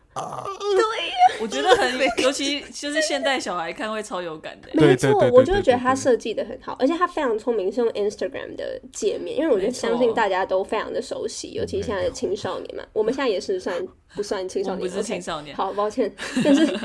Speaker 3: 我觉得很，尤其就是现代小孩看会超有感的，
Speaker 4: 对
Speaker 2: 没错
Speaker 4: 对对，
Speaker 2: 我就会觉得
Speaker 4: 对对
Speaker 2: 它
Speaker 4: 对
Speaker 2: 设计的很好，而且它非常聪明，是用 Instagram 的界面，因为我觉
Speaker 3: 没
Speaker 2: 得
Speaker 3: 错嗯
Speaker 2: 相信大家都非常的熟悉，尤其现在的青少年嘛，我们现在也是算不算青少
Speaker 3: 我
Speaker 2: 年？
Speaker 3: 不是
Speaker 2: OK
Speaker 3: 青少年，
Speaker 2: 好，抱歉，但
Speaker 3: [LAUGHS]
Speaker 2: 是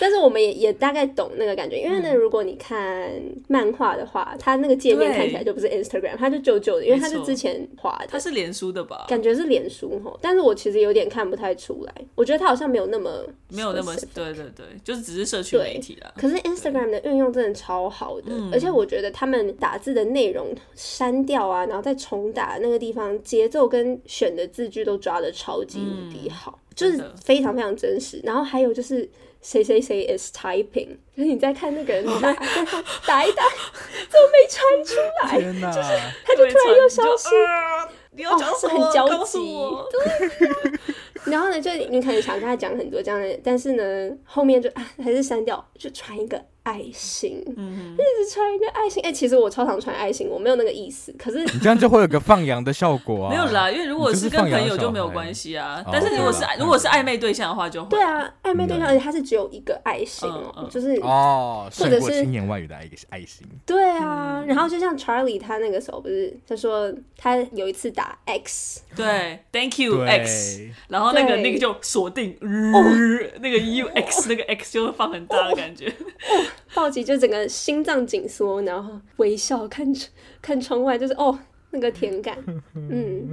Speaker 2: 但是我们也也大概懂那个感觉，因为呢，如果你看漫画的话，它那个界面
Speaker 3: 对
Speaker 2: 看起来就不是 Instagram，它就旧旧的，因为它
Speaker 3: 没
Speaker 2: 是
Speaker 3: 错
Speaker 2: 之前画的
Speaker 3: 他。是脸书的吧？
Speaker 2: 感觉是脸书吼，但是我其实有点看不太出来，我觉得它好像没有那么
Speaker 3: 没有那么
Speaker 2: specific
Speaker 3: 对对对，就是只是社群媒
Speaker 2: [LAUGHS]
Speaker 3: 体啦。
Speaker 2: 可是 Instagram 的运用真的超好的，
Speaker 3: 嗯
Speaker 2: 而且我觉得他们打字的内容删掉啊，然后再重打那个地方，节奏跟选的字句都抓的超级无敌好，就
Speaker 3: 嗯真
Speaker 2: 是
Speaker 3: 的
Speaker 2: 非常非常真实。然后还有就是谁谁谁 is typing，就是你在看那个人
Speaker 3: 哦
Speaker 2: 打，但他打一打 [LAUGHS] 怎么没传出
Speaker 3: 哎 [LAUGHS]
Speaker 2: 来？
Speaker 4: 天哪，
Speaker 2: 他就突然又消失。
Speaker 3: 啊你要讲什么？
Speaker 2: 哦是很
Speaker 3: 告诉我。
Speaker 2: [LAUGHS] 然后呢，就你可能想跟他讲很多这样的，但是呢，后面就啊还是删掉，就传一个爱心，嗯、一直传一个爱心。哎、其实我超常传爱心，我没有那个意思，可是
Speaker 4: 你这样就会有个放羊的效果啊。
Speaker 3: 没有啦，因为如果
Speaker 4: 你就是是
Speaker 3: 跟
Speaker 4: 放羊
Speaker 3: 朋友就
Speaker 4: 小
Speaker 3: 没有
Speaker 4: 孩
Speaker 3: 关系啊
Speaker 4: 哦，
Speaker 3: 但是如果是
Speaker 4: 对啦
Speaker 3: 如果是暧昧对象的话就会。
Speaker 2: 对啊，暧昧对象，而且他是只有一个爱心哦、
Speaker 3: 嗯嗯
Speaker 2: 就是
Speaker 4: 哦，
Speaker 2: 或者
Speaker 4: 胜过
Speaker 2: 是
Speaker 4: 千言万语的爱爱心，
Speaker 2: 对啊。然后就像 Charlie 他那个时候不是，他说他有一次打 X，
Speaker 3: 对，Thank you
Speaker 4: 对
Speaker 3: X，然后那个
Speaker 2: 对哦
Speaker 3: 那个就锁定，那个 U
Speaker 2: [LAUGHS]
Speaker 3: X 那个 X 就会放很大的感觉，
Speaker 2: 哦暴吉就整个心脏紧缩，然后微笑看着 [LAUGHS] 看窗外，就是哦。那个甜
Speaker 3: [LAUGHS]
Speaker 2: 感，嗯，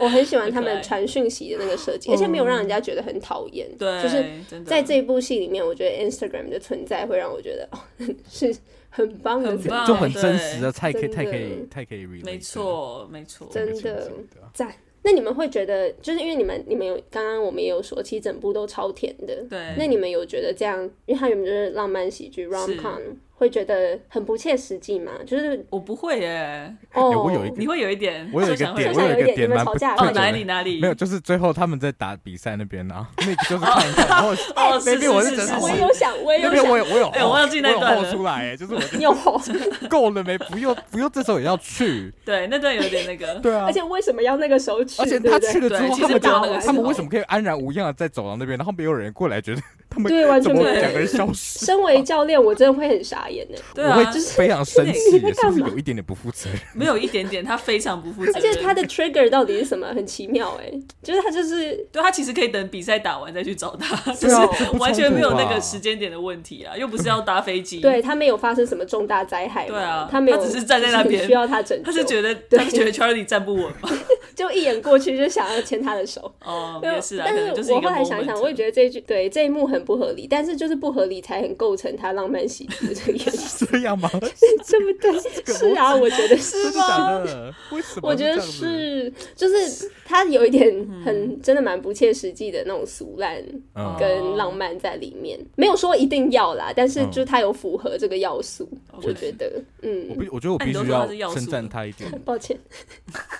Speaker 2: 我很喜欢他
Speaker 3: 很可
Speaker 2: 们
Speaker 3: 爱
Speaker 2: 传讯息的那个设计，而且没有让人家觉得很讨厌，
Speaker 3: 嗯对，
Speaker 2: 就是
Speaker 3: 真的
Speaker 2: 在这一部戏里面，我觉得 Instagram 的存在会让我觉得哦， [LAUGHS] 是很棒的
Speaker 3: 很
Speaker 2: 存在，
Speaker 3: 棒
Speaker 4: 就很真实的，才可以
Speaker 2: 真的
Speaker 4: 太可以太可以 relate
Speaker 3: 没错没错，
Speaker 4: 这
Speaker 2: 真
Speaker 4: 个情
Speaker 2: 的
Speaker 4: 景的。
Speaker 2: 赞。那你们会觉得，就是因为你们你们有刚刚我们也有说，其实整部都超甜的。
Speaker 3: 对
Speaker 2: 那你们有觉得这样，因为它原本就是浪漫喜剧 rom com，会觉得很不切实际吗？就是
Speaker 3: 我不会耶，
Speaker 2: 哦，
Speaker 4: 我哎有一个
Speaker 3: 你会有一点，
Speaker 4: 我有一
Speaker 3: 就
Speaker 4: 个
Speaker 3: 想会
Speaker 4: 点，
Speaker 2: 好
Speaker 4: 我
Speaker 2: 像
Speaker 4: 有
Speaker 2: 有
Speaker 4: 一个
Speaker 2: 点你
Speaker 4: 点
Speaker 2: 们
Speaker 4: 蛮
Speaker 2: 吵
Speaker 4: 不
Speaker 2: 架
Speaker 3: 哦
Speaker 2: 了
Speaker 3: 哪里哪里
Speaker 4: 没有，就是最后他们在打比赛那边啊，那个就是看一看，然后
Speaker 3: 哦是
Speaker 4: [LAUGHS] 那边我
Speaker 3: 是是
Speaker 4: 是真的
Speaker 3: 是
Speaker 2: 我
Speaker 4: 哇
Speaker 2: 也有想，我也
Speaker 4: 哦那
Speaker 2: 有
Speaker 4: 边
Speaker 2: 想
Speaker 4: 我，有我有，
Speaker 3: 哎我忘记那
Speaker 4: 我有
Speaker 3: 段
Speaker 4: 吼
Speaker 3: 了
Speaker 4: 出来，哎就是我觉
Speaker 2: 你 [LAUGHS] 有
Speaker 4: [LAUGHS]
Speaker 2: 吼，
Speaker 4: 得够了没？不用不用，这时候也要去，
Speaker 3: 对那段有点那个，
Speaker 4: [LAUGHS] 对啊
Speaker 2: 而。且为什么要那个时候去？
Speaker 4: 而且
Speaker 2: 对
Speaker 4: 他
Speaker 2: 不对
Speaker 4: 去了之
Speaker 3: 对
Speaker 4: 后，
Speaker 3: 其
Speaker 4: 他
Speaker 3: 实
Speaker 4: 们
Speaker 3: 到
Speaker 2: 那
Speaker 4: 就
Speaker 2: 个时
Speaker 4: 他们
Speaker 2: 候
Speaker 4: 为什么可以安然无恙的在走廊那边，然后没有人过
Speaker 3: [LAUGHS]
Speaker 4: 来，觉得他们
Speaker 2: 对完
Speaker 4: 怎
Speaker 2: 全
Speaker 4: 么
Speaker 2: 没有
Speaker 4: 两个人消失？
Speaker 2: 身为教练，我真的会很傻眼呢。
Speaker 3: 对
Speaker 4: 我
Speaker 3: 啊，
Speaker 4: 会非常生气，
Speaker 2: 你在干
Speaker 4: 也是
Speaker 2: 嘛
Speaker 4: 不是有一点点不负责任？
Speaker 3: 没有一点点，他非常不负责任，
Speaker 2: 而且他的 trigger 到底是什么？很奇妙哎、就是他就是
Speaker 3: 对他其实可以等比赛打完再去找他， [LAUGHS] 就
Speaker 4: 对啊这
Speaker 3: 是
Speaker 4: [LAUGHS] 不
Speaker 3: 完全
Speaker 4: 冲突
Speaker 3: 没有那
Speaker 4: 吧
Speaker 3: 个时间点的问题啊，又不是要搭飞机，
Speaker 2: 对他没有发生什么重大灾害嘛，
Speaker 3: 对啊
Speaker 2: 他没有，
Speaker 3: 他只是站在那边
Speaker 2: 就是需要他拯救，
Speaker 3: [LAUGHS] 他是觉得
Speaker 2: 对
Speaker 3: 他是觉得 Charlie 站不稳嘛，
Speaker 2: 就一眼过去就想要牵他的手。
Speaker 3: 哦，
Speaker 2: 对
Speaker 3: 也是啊，可
Speaker 2: 但
Speaker 3: 能就是是
Speaker 2: 我
Speaker 3: 一
Speaker 2: 后
Speaker 3: 个
Speaker 2: 来想一想，我也觉得这一句对这一幕很不合理，但是就是不合理才很构成他浪漫喜剧的这个样子，
Speaker 4: 是 [LAUGHS] 这
Speaker 3: [LAUGHS]
Speaker 4: 样吗？
Speaker 2: [LAUGHS] 对不
Speaker 4: [LAUGHS]
Speaker 2: 对？是啊，我觉得是。
Speaker 4: 真的假的？为什么？
Speaker 2: 我觉得。是，就是他有一点很真的蛮不切实际的那种俗烂
Speaker 4: 嗯
Speaker 2: 跟浪漫在里面，没有说一定要啦，但是
Speaker 4: 嗯
Speaker 2: 就他有符合这个要素，我
Speaker 3: OK
Speaker 2: 觉得，
Speaker 4: 我
Speaker 2: 嗯，
Speaker 4: 必，我觉得我
Speaker 3: 那你
Speaker 4: 必
Speaker 3: 都
Speaker 4: 须
Speaker 3: 说它是要素
Speaker 4: 称赞
Speaker 3: 的
Speaker 4: 他
Speaker 3: [LAUGHS]
Speaker 4: 一点，
Speaker 2: 抱歉，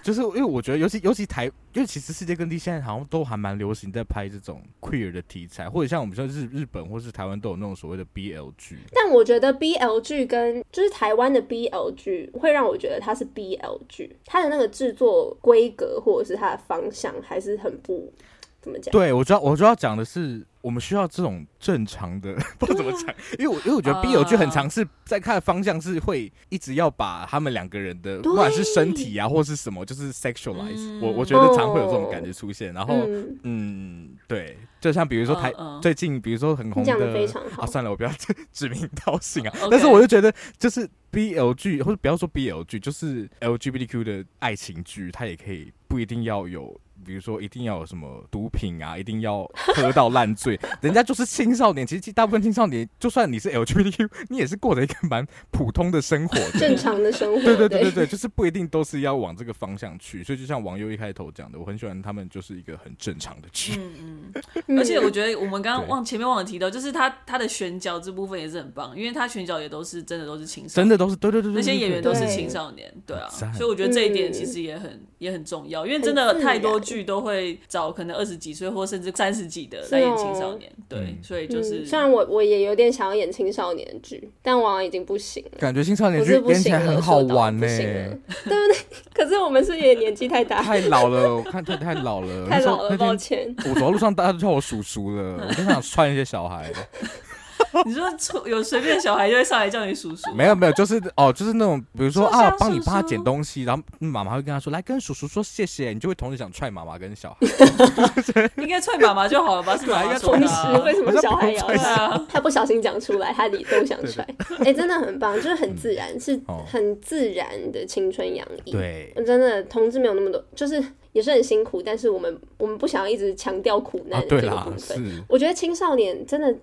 Speaker 4: 就是因为我觉得，尤其尤其台，因为其实世界各地现在好像都还蛮流行在拍这种 queer 的题材，或者像我们说日日本或是台湾都有那种所谓的 BL 剧，
Speaker 2: 但我觉得 BL 剧跟就是台湾的 BL 剧会让我觉得它是 BL 剧，它的那个制作规格或者是它的方向还是很不怎么讲？
Speaker 4: 对，我知道，我知道讲的是我们需要这种正常的， [LAUGHS] 不知道怎么讲，因为我因为我觉得
Speaker 3: 啊
Speaker 4: B 友剧很尝试在看的方向是会一直要把他们两个人的不管是身体啊或是什么，就是 sexualize，、
Speaker 3: 嗯
Speaker 4: 我我觉得常会有这种感觉出现，然后。
Speaker 2: 嗯，
Speaker 4: 嗯，对，就像比如说台、
Speaker 3: 嗯嗯
Speaker 4: 最近，比如说很红
Speaker 2: 你讲得非常好
Speaker 4: 啊，算了，我不要 [LAUGHS] 指名道姓啊。
Speaker 3: 哦 OK
Speaker 4: 但是我就觉得，就是 BL 剧，或者不要说 BL 剧，就是 LGBTQ 的爱情剧，它也可以不一定要有。比如说，一定要有什么毒品啊，一定要喝到烂
Speaker 3: [LAUGHS]
Speaker 4: 醉，人家就是青少年。其实大部分青少年，就算你是 LGBTQ，你也是过着一个蛮普通的生活的。
Speaker 2: 正常的生活。
Speaker 4: [LAUGHS] 对对
Speaker 2: 对
Speaker 4: 对对对，就是不一定都是要往这个方向去。所以就像网友一开头讲的，我很喜欢他们就是一个很正常的剧。
Speaker 3: 嗯嗯，
Speaker 2: 嗯
Speaker 3: 而且我觉得我们刚刚
Speaker 4: 对
Speaker 3: 忘前面忘了提到，就是他他的选角这部分也是很棒，因为他选角也都是真的都是青少
Speaker 4: 真
Speaker 3: 年，
Speaker 4: 的都是对对对对，
Speaker 3: 那些演员都是青
Speaker 4: 少。
Speaker 3: 少年，对啊，
Speaker 4: 赞
Speaker 3: 所以我觉得这一点
Speaker 2: 嗯
Speaker 3: 其实也很也很重要，因为
Speaker 2: 很
Speaker 3: 真的
Speaker 2: 自
Speaker 3: 太多
Speaker 2: 然
Speaker 3: 剧都会找可能二十几岁或甚至三十几的来演青少年，对，
Speaker 4: 嗯
Speaker 3: 所以
Speaker 2: 哦嗯
Speaker 3: 就是
Speaker 2: 虽然我我也有点想要演青少年剧，但我好像已经不行了，
Speaker 4: 感觉青少年
Speaker 2: 我
Speaker 4: 剧
Speaker 2: 是不
Speaker 4: 演起
Speaker 2: 行
Speaker 4: 来
Speaker 2: 了，
Speaker 4: 很好玩
Speaker 2: 呢、
Speaker 4: 呢、
Speaker 2: 对不对？ [LAUGHS] 可是我们是不是也年纪太大，
Speaker 4: 太老了，我看太太老了，
Speaker 2: 太老了，
Speaker 4: 那时候
Speaker 2: 抱
Speaker 4: 那
Speaker 2: 歉。
Speaker 4: 天我走到路上，大家都叫我叔叔了，我真想踹一些小孩。 [LAUGHS]
Speaker 3: 你说出有随便小孩就会上来叫你叔叔，
Speaker 4: 没有没有，就是哦，就是那种，比如说
Speaker 3: 叔叔
Speaker 4: 啊，帮你
Speaker 3: 叔叔
Speaker 4: 爸捡东西，然后妈妈会跟他说，来跟叔叔说谢谢，你就会同时想踹妈妈跟小孩。
Speaker 3: 应该踹妈妈就好了吧？是妈妈说
Speaker 2: 同
Speaker 3: 的
Speaker 2: 时
Speaker 3: 啊、，
Speaker 2: 为什么小孩也要
Speaker 3: 对
Speaker 2: 来？ [LAUGHS]
Speaker 3: 啊，
Speaker 2: 他不小心讲出来，他理都想出来。
Speaker 4: [LAUGHS]
Speaker 2: 哎、真的很棒，就是很自然，是
Speaker 4: 哦
Speaker 2: 很自然的青春洋溢。嗯
Speaker 4: 对，
Speaker 2: 真的，同志没有那么多，就是也是很辛苦，但是我们我们不想要一直强调苦
Speaker 4: 啊
Speaker 2: 难
Speaker 4: 对
Speaker 2: 这个
Speaker 4: 啦
Speaker 2: 部，分。
Speaker 4: 是
Speaker 2: 我觉得青少年真的，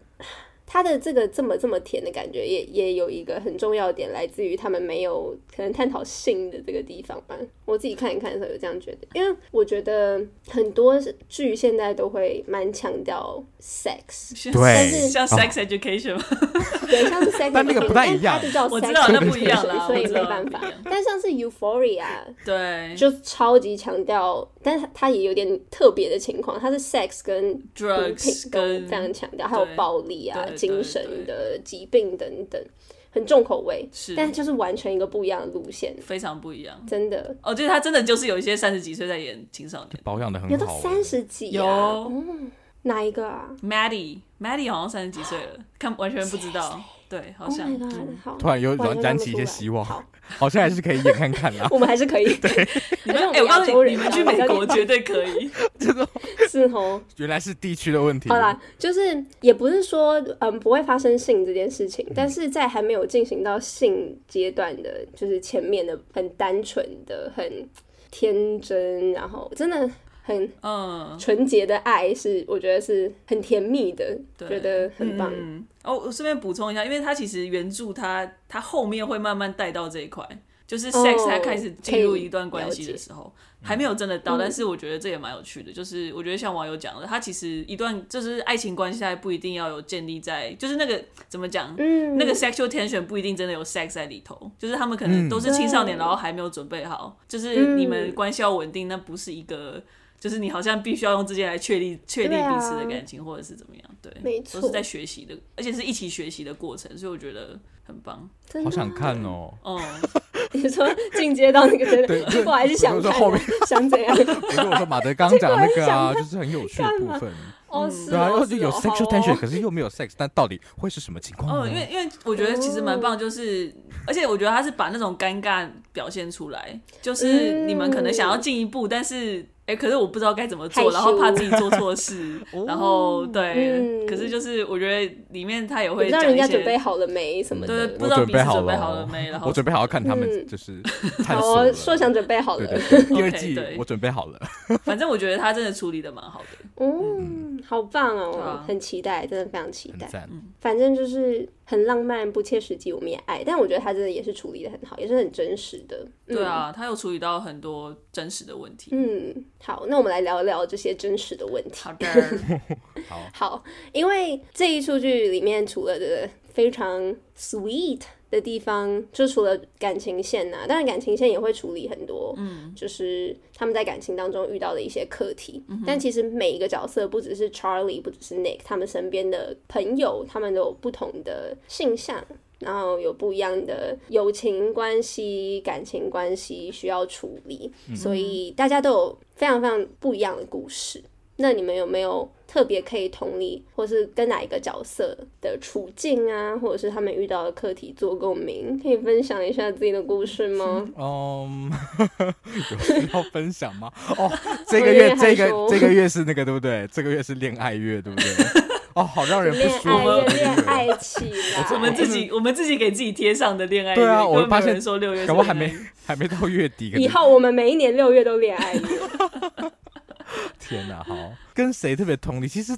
Speaker 2: 他的这个这么这么甜的感觉也，也有一个很重要的点，来自于他们没有可能探讨性的这个地方吧。我自己看一看的时候有这样觉得，因为我觉得很多剧现在都会蛮强调
Speaker 4: [LAUGHS]
Speaker 2: sex，但是
Speaker 4: 对，哦
Speaker 3: 像 sex education，、
Speaker 2: 对，像是 sex，
Speaker 4: 但那个不太一样
Speaker 2: 它就叫 sex，
Speaker 3: 我知道那不一样啦
Speaker 2: education，所以
Speaker 3: 我知
Speaker 2: 没
Speaker 3: 道
Speaker 2: 办法
Speaker 3: 不一样。
Speaker 2: 但像是 Euphoria，
Speaker 3: 对
Speaker 2: 就超级强调，但是它也有点特别的情况，它是 sex 跟毒
Speaker 3: ，drugs
Speaker 2: 品
Speaker 3: 跟
Speaker 2: 都非常强调，还有
Speaker 3: 对
Speaker 2: 暴力啊
Speaker 3: 对、对
Speaker 2: 精神的疾病等等，很重口味，
Speaker 3: 是
Speaker 2: 但就是完全一个不一样的路线，
Speaker 3: 非常不一样。
Speaker 2: 真的
Speaker 3: 哦，就是他真的就是有一些三十几岁在演青少年
Speaker 4: 保养的很
Speaker 2: 有到
Speaker 4: 好。欸
Speaker 2: 三十几、
Speaker 3: 有
Speaker 2: 啊，哪一个啊
Speaker 3: ，Maddie Maddie 好像三十几岁了，看完全不知道，对，好
Speaker 2: ？Oh
Speaker 3: 像
Speaker 2: my god！
Speaker 3: 嗯
Speaker 2: 好，
Speaker 4: 突然有
Speaker 2: 完
Speaker 4: 燃
Speaker 2: 全
Speaker 4: 燃
Speaker 2: 看不
Speaker 4: 起一
Speaker 2: 出
Speaker 4: 些
Speaker 2: 来
Speaker 4: 希望
Speaker 2: 好，。
Speaker 4: 好像还哦是可以演看看啦
Speaker 2: [LAUGHS] 我们还是
Speaker 4: [LAUGHS]
Speaker 2: 可以。对，
Speaker 3: 你
Speaker 2: 而且
Speaker 3: 们
Speaker 2: 我
Speaker 3: 哎，我告
Speaker 2: 亚
Speaker 3: 诉
Speaker 2: 洲
Speaker 3: 你，
Speaker 2: 人
Speaker 3: 你
Speaker 2: 啊
Speaker 3: 们去美国绝对可
Speaker 2: [LAUGHS]
Speaker 3: 以。
Speaker 2: 是哦。
Speaker 4: 原来是地区的问题。
Speaker 2: 好啦，就是也不是说嗯不会发生性这件事情，
Speaker 4: 嗯
Speaker 2: 但是在还没有进行到性阶段的，就是前面的很单纯的、很天真，然后真的很
Speaker 3: 嗯，
Speaker 2: 纯洁的爱是，我觉得是很甜蜜的，
Speaker 3: 对
Speaker 2: 觉得很棒。
Speaker 3: 嗯，哦，我顺便补充一下，因为他其实原著他他后面会慢慢带到这一块，就是
Speaker 2: 哦
Speaker 3: sex 他开始进入一段
Speaker 2: 可以
Speaker 3: 关
Speaker 2: 了
Speaker 3: 系的
Speaker 2: 解
Speaker 3: 时候，还没有真的到，
Speaker 2: 嗯
Speaker 3: 但是我觉得这也蛮有趣的，就是我觉得像网友讲的，他其实一段就是爱情关系，还不一定要有建立在，就是那个怎么讲，
Speaker 2: 嗯，
Speaker 3: 那个 sexual tension 不一定真的有 sex 在里头，就是他们可能都是青少年，
Speaker 2: 嗯
Speaker 3: 然后还没有准备好，就是你们
Speaker 2: 嗯
Speaker 3: 关系要稳定，那不是一个，就是你好像必须要用这些来确立确立
Speaker 2: 对啊
Speaker 3: 彼此的感情，或者是怎么样，对，
Speaker 2: 没
Speaker 3: 都是
Speaker 2: 错
Speaker 3: 在学习的，而且是一起学习的过程，所以我觉得很棒，
Speaker 2: 真的
Speaker 4: 好想看哦。
Speaker 3: 哦，
Speaker 2: [LAUGHS] 你说进阶到那个真
Speaker 4: 对
Speaker 2: 的，我还是想
Speaker 4: 就
Speaker 2: 看
Speaker 4: 是后面
Speaker 2: 啊，想
Speaker 4: [LAUGHS]
Speaker 2: 怎样？
Speaker 4: 不是我说马德刚刚讲的那个啊，就是很有趣的部分。
Speaker 3: 嗯
Speaker 2: 哦，是
Speaker 4: 对啊，
Speaker 2: 哦
Speaker 4: 又就有 sexual tension，、可是又没有 sex，但到底会是什么情况
Speaker 2: 嗯
Speaker 3: 哦，
Speaker 4: 呢？
Speaker 3: 因为因为我觉得其实蛮棒，就是、而且我觉得他是把那种尴尬表现出来，就是
Speaker 2: 嗯
Speaker 3: 你们可能想要进一步，但是哎、诶可是我不知道该怎么
Speaker 2: 害羞
Speaker 3: 做，
Speaker 2: 哦
Speaker 3: 然后怕自己做
Speaker 2: [LAUGHS]
Speaker 3: 错事，然后对，
Speaker 2: 嗯
Speaker 3: 可是就是我觉得里面他也
Speaker 2: 不
Speaker 3: 会
Speaker 2: 知道
Speaker 3: 讲
Speaker 2: 人
Speaker 3: 一
Speaker 2: 家准备
Speaker 3: 些。
Speaker 2: 好了没什么
Speaker 3: 对，
Speaker 2: 的。
Speaker 3: 不
Speaker 4: 我
Speaker 3: 知道
Speaker 4: 准
Speaker 3: 彼
Speaker 4: 备
Speaker 3: 此
Speaker 4: 好
Speaker 3: 准备
Speaker 4: 了
Speaker 3: 好
Speaker 4: 哦，
Speaker 3: 了没，然后
Speaker 4: 我准备好要看他们
Speaker 2: 嗯
Speaker 4: [LAUGHS] 就是探
Speaker 2: 好
Speaker 4: 索
Speaker 2: 哦，
Speaker 4: 了。
Speaker 2: 硕想准备好了。
Speaker 4: 对
Speaker 3: [LAUGHS]
Speaker 4: 对对，第二
Speaker 3: OK，
Speaker 4: 季
Speaker 3: 对
Speaker 4: 我准备好了。
Speaker 3: 反正我觉得他真的处理的蛮好的，
Speaker 2: 嗯，好棒哦，
Speaker 3: 啊
Speaker 2: 很期待，真的非常期
Speaker 4: 很
Speaker 2: 待。
Speaker 4: 赞，
Speaker 2: 反正就是很浪漫、不切实际，我们也爱。但我觉得他真的也是处理的很好，也是很真实的。嗯
Speaker 3: 对，啊，他有处理到很多真实的问题。
Speaker 2: 嗯，好，那我们来聊聊这些真实的问题。
Speaker 3: 好的，
Speaker 2: [LAUGHS] 好，因为这一出剧里面除了这个非常 sweet 的地方，就除了感情线啊呐、当然感情线也会处理很多，嗯，就是他们在感情当中遇到的一些课题。但其实每一个角色，不只是 Charlie，不只是 Nick，他们身边的朋友，他们都有不同的性向。然后有不一样的友情关系、感情关系需要处理，所以大家都有非常非常不一样的故事。那你们有没有特别可以同理，或是跟哪一个角色的处境啊，或者是他们遇到的课题做共鸣？可以分享一下自己的故事吗？
Speaker 4: 嗯， [LAUGHS] 有需要分享吗？ [LAUGHS] 哦，这个月
Speaker 2: 我
Speaker 4: 这
Speaker 2: 以为
Speaker 4: 个
Speaker 2: 还说
Speaker 4: 这个月是那个对不对？这个月是恋爱月对不对？哦，好让人不
Speaker 2: 恋
Speaker 4: 舒服。
Speaker 2: 爱
Speaker 4: 我
Speaker 2: 也恋爱起来，
Speaker 3: 我们自己我们自己给自己贴上的恋爱月，
Speaker 4: 对啊，我
Speaker 3: 根本
Speaker 4: 发
Speaker 3: 没有
Speaker 4: 现
Speaker 3: 人说六月是
Speaker 4: 搞不好还
Speaker 3: 恋爱
Speaker 4: 没
Speaker 3: 月
Speaker 4: 还没到月底，可
Speaker 2: 以
Speaker 4: 能
Speaker 2: 后我们每一年六月都恋爱月，
Speaker 4: 天哪，好，跟谁特别同理？其实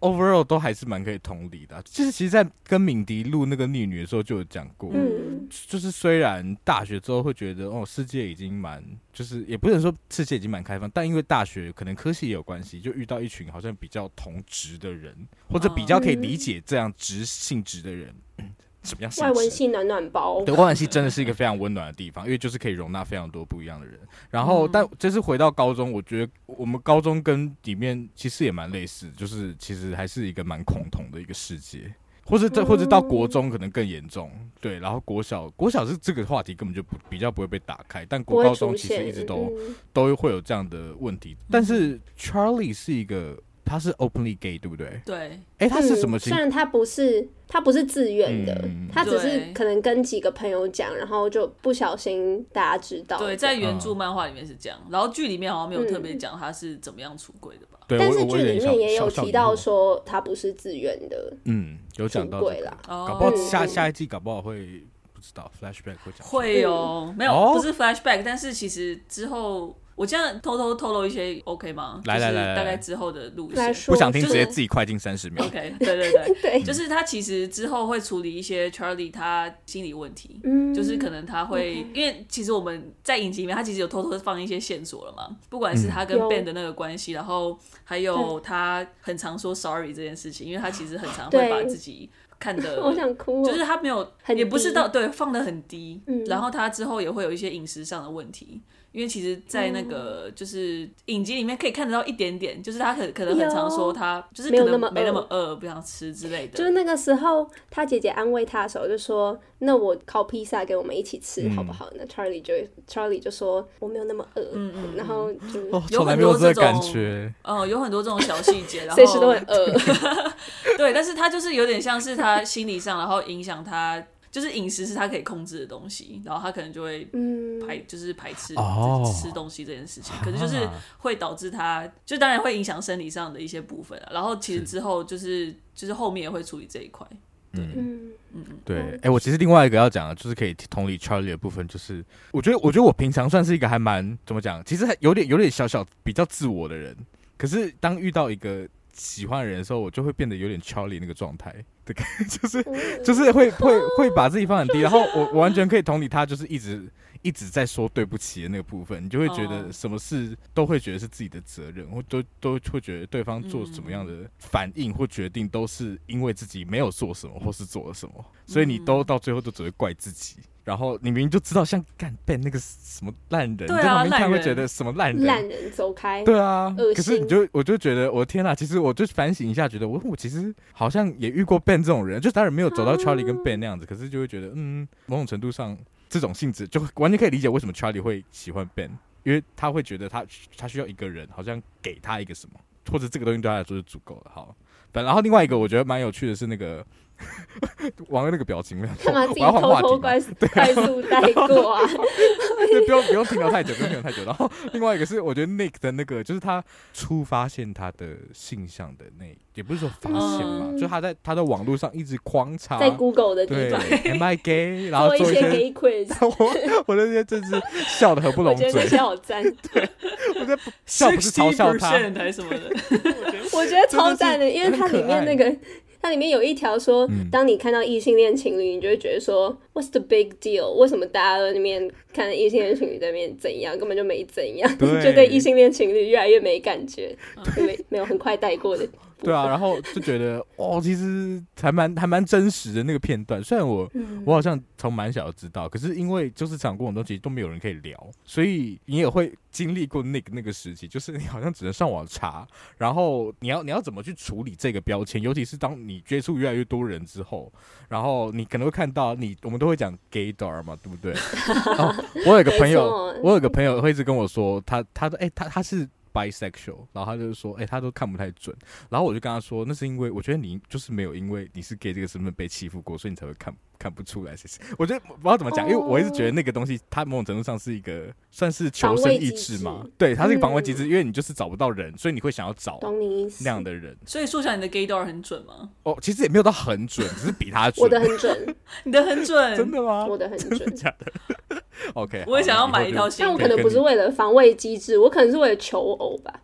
Speaker 4: overall 都还是蛮可以同理的啊。就是其实，在跟敏迪录那个逆女的时候就有讲过，
Speaker 2: 嗯
Speaker 4: 就是虽然大学之后会觉得哦，世界已经蛮，就是也不能说世界已经蛮开放，但因为大学可能科系也有关系，就遇到一群好像比较同职的人，或者比较可以理解这样职性质的人，嗯什么样
Speaker 2: 嗯
Speaker 4: 性
Speaker 2: 外文
Speaker 4: 质？啊
Speaker 2: 系暖暖包，
Speaker 4: [LAUGHS] 对，万兰系真的是一个非常温暖的地方，因为就是可以容纳非常多不一样的人。然
Speaker 2: 嗯
Speaker 4: 后，但这次回到高中，我觉得我们高中跟里面其实也蛮类似，就是其实还是一个蛮恐同的一个世界，或者到或者到
Speaker 2: 嗯
Speaker 4: 国中可能更严重。对，然后国小国小是这个话题根本就不比较不会被打开，但
Speaker 2: 不
Speaker 4: 国
Speaker 2: 会
Speaker 4: 高中
Speaker 2: 出
Speaker 4: 其实
Speaker 2: 现，
Speaker 4: 一直都、
Speaker 2: 嗯
Speaker 4: 都会有这样的问题。但是 Charlie 是一个他是 openly gay 对不对？
Speaker 3: 对，
Speaker 4: 哎，他是
Speaker 2: 嗯
Speaker 4: 什么情
Speaker 2: 虽然他不是他不是自愿的，
Speaker 4: 嗯
Speaker 2: 他只是
Speaker 3: 对
Speaker 2: 可能跟几个朋友讲，然后就不小心大家知道。
Speaker 3: 对，在原
Speaker 4: 嗯
Speaker 3: 著漫画里面是这样，然后剧里面好像没有特别讲他是怎么样出轨的吧？
Speaker 4: 对，
Speaker 2: 但
Speaker 4: 我
Speaker 2: 是
Speaker 4: 我
Speaker 2: 剧
Speaker 4: 有点
Speaker 2: 里
Speaker 4: 小
Speaker 2: 面也有
Speaker 4: 小小
Speaker 2: 提
Speaker 4: 疑
Speaker 2: 到
Speaker 4: 惑
Speaker 2: 说他不是自愿的
Speaker 4: 嗯，有
Speaker 2: 出
Speaker 4: 讲到这
Speaker 2: 轨
Speaker 4: 个
Speaker 2: 啦。
Speaker 3: 哦，
Speaker 4: 搞不好
Speaker 2: 嗯
Speaker 4: 下下一季搞不好会不知道 flashback 会讲
Speaker 3: 会哦，没有，
Speaker 4: 哦
Speaker 3: 不是 flashback，但是其实之后我这样偷偷透露一些 OK 吗？
Speaker 4: 来
Speaker 3: 就
Speaker 4: 来
Speaker 3: 是
Speaker 4: 来来
Speaker 3: 大
Speaker 4: 来
Speaker 3: 概之后的路
Speaker 2: 来
Speaker 3: 线。
Speaker 2: 说，
Speaker 4: 不想听，
Speaker 2: 就
Speaker 4: 直
Speaker 2: 是
Speaker 4: 接自己快进三十秒。
Speaker 3: OK，对对对，
Speaker 2: 对，
Speaker 3: 就是他其实之后会处理一些 Charlie 他心理问题，
Speaker 2: 嗯
Speaker 3: 就是可能他会因为其实我们在影集里面，他其实有偷偷放一些线索了嘛，不管是他跟
Speaker 2: 有
Speaker 3: Ben 的那个关系，然后还有他很常说 sorry 这件事情，因为他其实很常
Speaker 2: 对，
Speaker 3: 会把自己看的
Speaker 2: 我想哭、哦，
Speaker 3: 就是他没有，
Speaker 2: 很低
Speaker 3: 也不是到对放的很低，
Speaker 2: 嗯
Speaker 3: 然后他之后也会有一些饮食上的问题，因为其实，在那个
Speaker 2: 嗯
Speaker 3: 就是影集里面可以看得到一点点，就是他可可能很常说他就是
Speaker 2: 没有
Speaker 3: 可
Speaker 2: 那么
Speaker 3: 能没那
Speaker 2: 饿
Speaker 3: 么饿，不想吃之类
Speaker 2: 就
Speaker 3: 的
Speaker 2: 是。那个时候，他姐姐安慰他的时候就说：“那我烤披萨给我们一起
Speaker 4: 嗯
Speaker 2: 吃好不好？”那 Charlie 就 Charlie 就说：“我没有那么饿。
Speaker 3: 嗯
Speaker 2: 然后就
Speaker 4: 哦，
Speaker 3: 有
Speaker 4: 从来
Speaker 3: 很
Speaker 4: 没有
Speaker 3: 多
Speaker 4: 这
Speaker 3: 这
Speaker 4: 个感
Speaker 3: 种，
Speaker 4: 觉。
Speaker 3: 呃，有很多这种小细
Speaker 2: [LAUGHS]
Speaker 3: 节，然后
Speaker 2: 随时都很饿。
Speaker 3: [LAUGHS] 对，但是他就是有点像是他心理上，然后影响他，就是饮食是他可以控制的东西，然后他可能就会”
Speaker 2: 嗯，
Speaker 3: 排就是排斥、
Speaker 4: 哦啊
Speaker 3: 吃东西这件事情，可是就是会导致他，就当然会影响生理上的一些部分啊。然后其实之后就是就是后面也会处理这一块，
Speaker 2: 嗯，
Speaker 4: 对，哎、我其实另外一个要讲的，就是可以同理 Charlie 的部分，就是我觉得，我觉得我平常算是一个还蛮怎么讲，其实还有点有点小小比较自我的人，可是当遇到一个喜欢的人的时候，我就会变得有点 Charlie 那个状态的感觉， [LAUGHS] 就是就是会会会把自己放很低，然后我我完全可以同理他，就是一直一直在说对不起的那个部分，你就会觉得
Speaker 3: 哦
Speaker 4: 什么事都会觉得是自己的责任，或都都会觉得对方做什么样的反应或决定，都是因为自己没有做什么或是做了什
Speaker 3: 嗯
Speaker 4: 么，所以你都到最后都只会怪自己。然后你明明就知道像干被那个什么烂人，你
Speaker 3: 对啊
Speaker 4: 在旁边看
Speaker 3: 烂
Speaker 4: 会
Speaker 3: 人
Speaker 4: 觉得什么烂人，
Speaker 2: 烂人走开。
Speaker 4: 对啊
Speaker 2: 恶，
Speaker 4: 可是你
Speaker 2: 心
Speaker 4: 就我就觉得，我天呐，其实我就反省一下，觉得我我其实好像也遇过 Ben 这种人，就当然没有走到 Charlie 跟 Ben 那样子，可是就会觉得，嗯，某种程度上这种性质就完全可以理解为什么 Charlie 会喜欢 Ben，因为他会觉得他他需要一个人，好像给他一个什么，或者这个东西对他来说是足够的。好，本然后另外一个我觉得蛮有趣的是那个 [LAUGHS] 王的那个表情，
Speaker 2: 干嘛自
Speaker 4: 我
Speaker 2: 己
Speaker 4: 要换
Speaker 2: 偷
Speaker 4: 话题啊
Speaker 2: 偷
Speaker 4: 吗
Speaker 2: 快快速带过
Speaker 4: [LAUGHS]
Speaker 2: 啊？
Speaker 4: 对，不用不用停留太久，不用停留太久。然后另外一个是，我觉得 Nick 的那个，就是他初发现他的性向的那，也不是说发现嘛，
Speaker 2: 嗯
Speaker 4: 就他在他在网络上一直狂查，
Speaker 2: 在 Google 的地
Speaker 4: 啊对
Speaker 2: 方
Speaker 4: Am I gay，然后
Speaker 2: 一
Speaker 4: 做一
Speaker 2: 些
Speaker 4: 些。
Speaker 2: gay quiz，
Speaker 4: [LAUGHS] 我我那天真是笑得合不
Speaker 2: 我
Speaker 4: 拢
Speaker 2: 觉得那
Speaker 4: 嘴，
Speaker 2: 些好赞，
Speaker 4: 我在笑不是嘲笑他，
Speaker 3: 60%还是什么的，
Speaker 2: 我觉得超赞的，因为它里面那个。它里面有一条说，当你看到异性恋情侣，你就会觉得说，What's the big deal？为什么大家都在那边看异性恋情侣在那边怎样，根本就没怎样，
Speaker 4: 对
Speaker 2: 就对异性恋情侣越来越没感觉，没没有很快带过的。
Speaker 4: 对啊，然后就
Speaker 2: [LAUGHS]
Speaker 4: 觉得哦，其实还蛮还蛮真实的那个片段。虽然我、
Speaker 2: 嗯
Speaker 4: 我好像从蛮小就知道，可是因为就是讲过很多东西都没有人可以聊，所以你也会经历过那个那个时期，就是你好像只能上网查，然后你要你要怎么去处理这个标签，尤其是当你接触越来越多人之后，然后你可能会看到你我们都会讲 gaydar 嘛，对不
Speaker 2: [LAUGHS]
Speaker 4: 对？哦，我有一个朋
Speaker 2: 没
Speaker 4: 友
Speaker 2: 错，
Speaker 4: 我有一个朋友会一直跟我说，他他的哎、他他是 bisexual，然后他就说，哎、他都看不太准。然后我就跟他说，那是因为我觉得你就是没有因为你是 gay 这个身份被欺负过，所以你才会看看不出来。其实我觉得不知道怎么讲，因为我一直觉得那个东西，它某种程度上是一个算是求生意志
Speaker 2: 哦防卫
Speaker 4: 嘛
Speaker 2: 机制，嗯
Speaker 4: 对，它是一个防卫机制，因为你就是找不到人，所以你会想要找
Speaker 2: 懂你意思
Speaker 4: 那。样的人。
Speaker 3: 所以说起来，你的 gaydar 很准吗？
Speaker 4: 哦，其实也没有到很准，只是比他准。
Speaker 2: 我的很准，
Speaker 3: 你的很准，
Speaker 4: [LAUGHS] 真的吗？
Speaker 2: 我的很准。
Speaker 4: OK，
Speaker 3: 我也
Speaker 4: 好
Speaker 3: 想要
Speaker 4: 以
Speaker 3: 买
Speaker 4: 后
Speaker 3: 一
Speaker 4: 就
Speaker 3: 套新
Speaker 2: 但我
Speaker 3: 的。
Speaker 2: 可能不是为了防卫机制，我可能是为了求偶吧。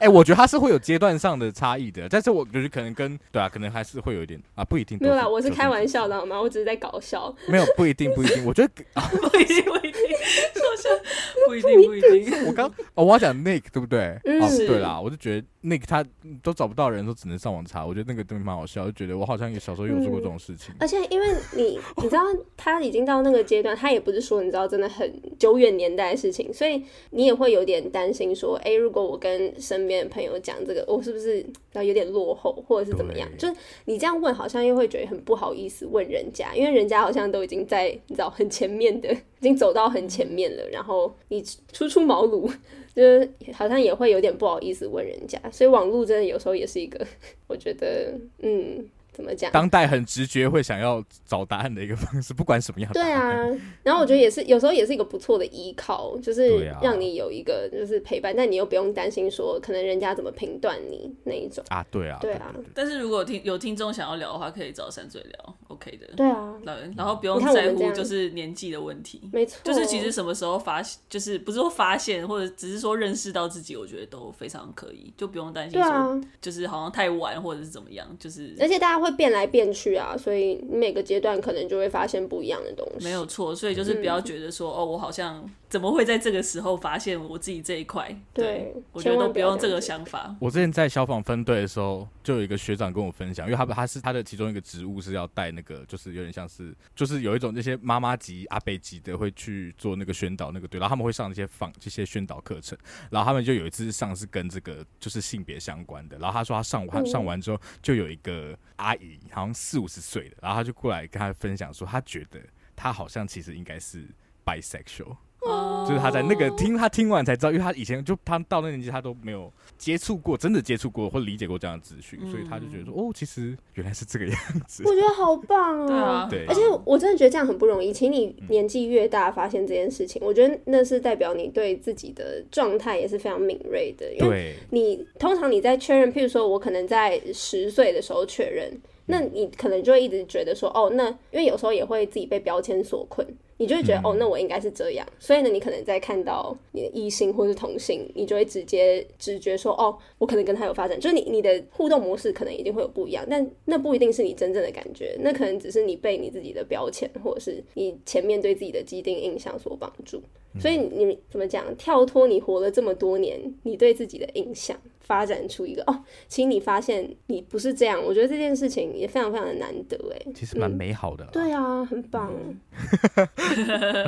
Speaker 4: 哎、我觉得它是会有阶段上的差异的，但是我觉得可能跟对啊，可能还是会有一点啊，不一定都。
Speaker 2: 没有啦，我是开玩笑
Speaker 4: 的，
Speaker 2: 的好吗？我只是在搞笑。
Speaker 4: 没有不一定，不一定。我觉得啊，
Speaker 3: [LAUGHS] 不一定，不一定， [LAUGHS] 说像不一定，不一定。
Speaker 4: 我刚哦，我要讲 Nick 对不对？
Speaker 2: 嗯
Speaker 4: 哦，
Speaker 3: 是
Speaker 4: 对啦，我就觉得 Nick 他嗯都找不到人，都只能上网查。我觉得那个东西蛮好笑，就觉得我好像也小时候有做过
Speaker 2: 嗯
Speaker 4: 这种事情。
Speaker 2: 而且因为你，你知道他已经到那个阶段，他也不是说你知道真的很久远年代的事情，所以你也会有点担心说，哎、如果我跟身边的朋友讲这个，我是不是然后有点落后，或者是怎么样？
Speaker 4: 对
Speaker 2: 就是你这样问，好像又会觉得很不好意思问人家，因为人家好像都已经在你知道很前面的，已经走到很前面了，然后你初出茅庐，就是好像也会有点不好意思问人家，所以网络真的有时候也是一个， [LAUGHS] 我觉得，嗯，怎么讲？
Speaker 4: 当代很直觉会想要找答案的一个方式，不管什么样的。
Speaker 2: 对，啊，然后我觉得也是，有时候也是一个不错的依靠，就是
Speaker 4: 对啊
Speaker 2: 让你有一个就是陪伴，但你又不用担心说可能人家怎么评断你那一种。
Speaker 4: 啊，对啊，
Speaker 2: 对啊
Speaker 4: 对对
Speaker 3: 但是如果有听有听众想要聊的话，可以找三嘴聊，OK 的。
Speaker 2: 对啊，
Speaker 3: 老人，然后不用
Speaker 2: 你看我
Speaker 3: 在
Speaker 2: 们这
Speaker 3: 乎
Speaker 2: 样
Speaker 3: 就是年纪的问题，
Speaker 2: 没错，
Speaker 3: 就是其实什么时候发，就是不是说发现，或者只是说认识到自己，我觉得都非常可以，就不用担心
Speaker 2: 对
Speaker 3: 说
Speaker 2: 啊，
Speaker 3: 就是好像太晚或者是怎么样，就是
Speaker 2: 而且大家会变来变去啊，所以你每个阶段可能就会发现不一样的东西。
Speaker 3: 没有错。所以
Speaker 2: 嗯
Speaker 3: 就是不要觉得说、哦，我好像怎么会在这个时候发现我自己这一块？
Speaker 2: 对
Speaker 3: 我觉
Speaker 2: 千
Speaker 3: 得都
Speaker 2: 万
Speaker 3: 不
Speaker 2: 不要
Speaker 3: 用这
Speaker 2: 这
Speaker 3: 个
Speaker 2: 样
Speaker 3: 想法。
Speaker 4: 我之前在消防分队的时候，就有一个学长跟我分享，因为他他是他的其中一个职务是要带那个，就是有点像是，就是有一种那些妈妈级、阿伯级的会去做那个宣导那个队，然后他们会上这些访这些宣导课程，然后他们就有一次上是跟这个就是性别相关的，然后他说他上他
Speaker 2: 嗯
Speaker 4: 上完之后，就有一个阿姨，好像四五十岁的，然后他就过来跟他分享说，他觉得他好像其实应该是 bisexual。
Speaker 3: 哦
Speaker 4: 就是他在那个听他听完才知道，因为他以前就他到那年纪他都没有接触过，真的接触过或理解过这样的资讯，所以他就觉得说哦，其实原来是这个样
Speaker 2: 嗯
Speaker 4: 子。
Speaker 2: 我觉得好棒哦。
Speaker 3: 对啊，
Speaker 4: 对
Speaker 2: 而且我真的觉得这样很不容易，请你年纪越大发现这件事情，我觉得那是代表你对自己的状态也是非常敏锐的，因为
Speaker 4: 对，
Speaker 2: 你通常你在确认，譬如说我可能在十岁的时候确认，那你可能就会一直觉得说，哦，那因为有时候也会自己被标签所困，你就会觉得，哦，那我应该是这样。所以呢，你可能在看到你的异性或是同性，你就会直接直觉说，哦，我可能跟他有发展，就是你你的互动模式可能一定会有不一样，但那不一定是你真正的感觉，那可能只是你被你自己的标签或者是你前面对自己的既定印象所绑住。
Speaker 4: 嗯
Speaker 2: 所以你你怎么讲？跳脱你活了这么多年，你对自己的印象，发展出一个哦，其实你发现你不是这样。我觉得这件事情也非常非常的难得哎。
Speaker 4: 其实蛮美好的啦。嗯
Speaker 2: 对啊，很棒。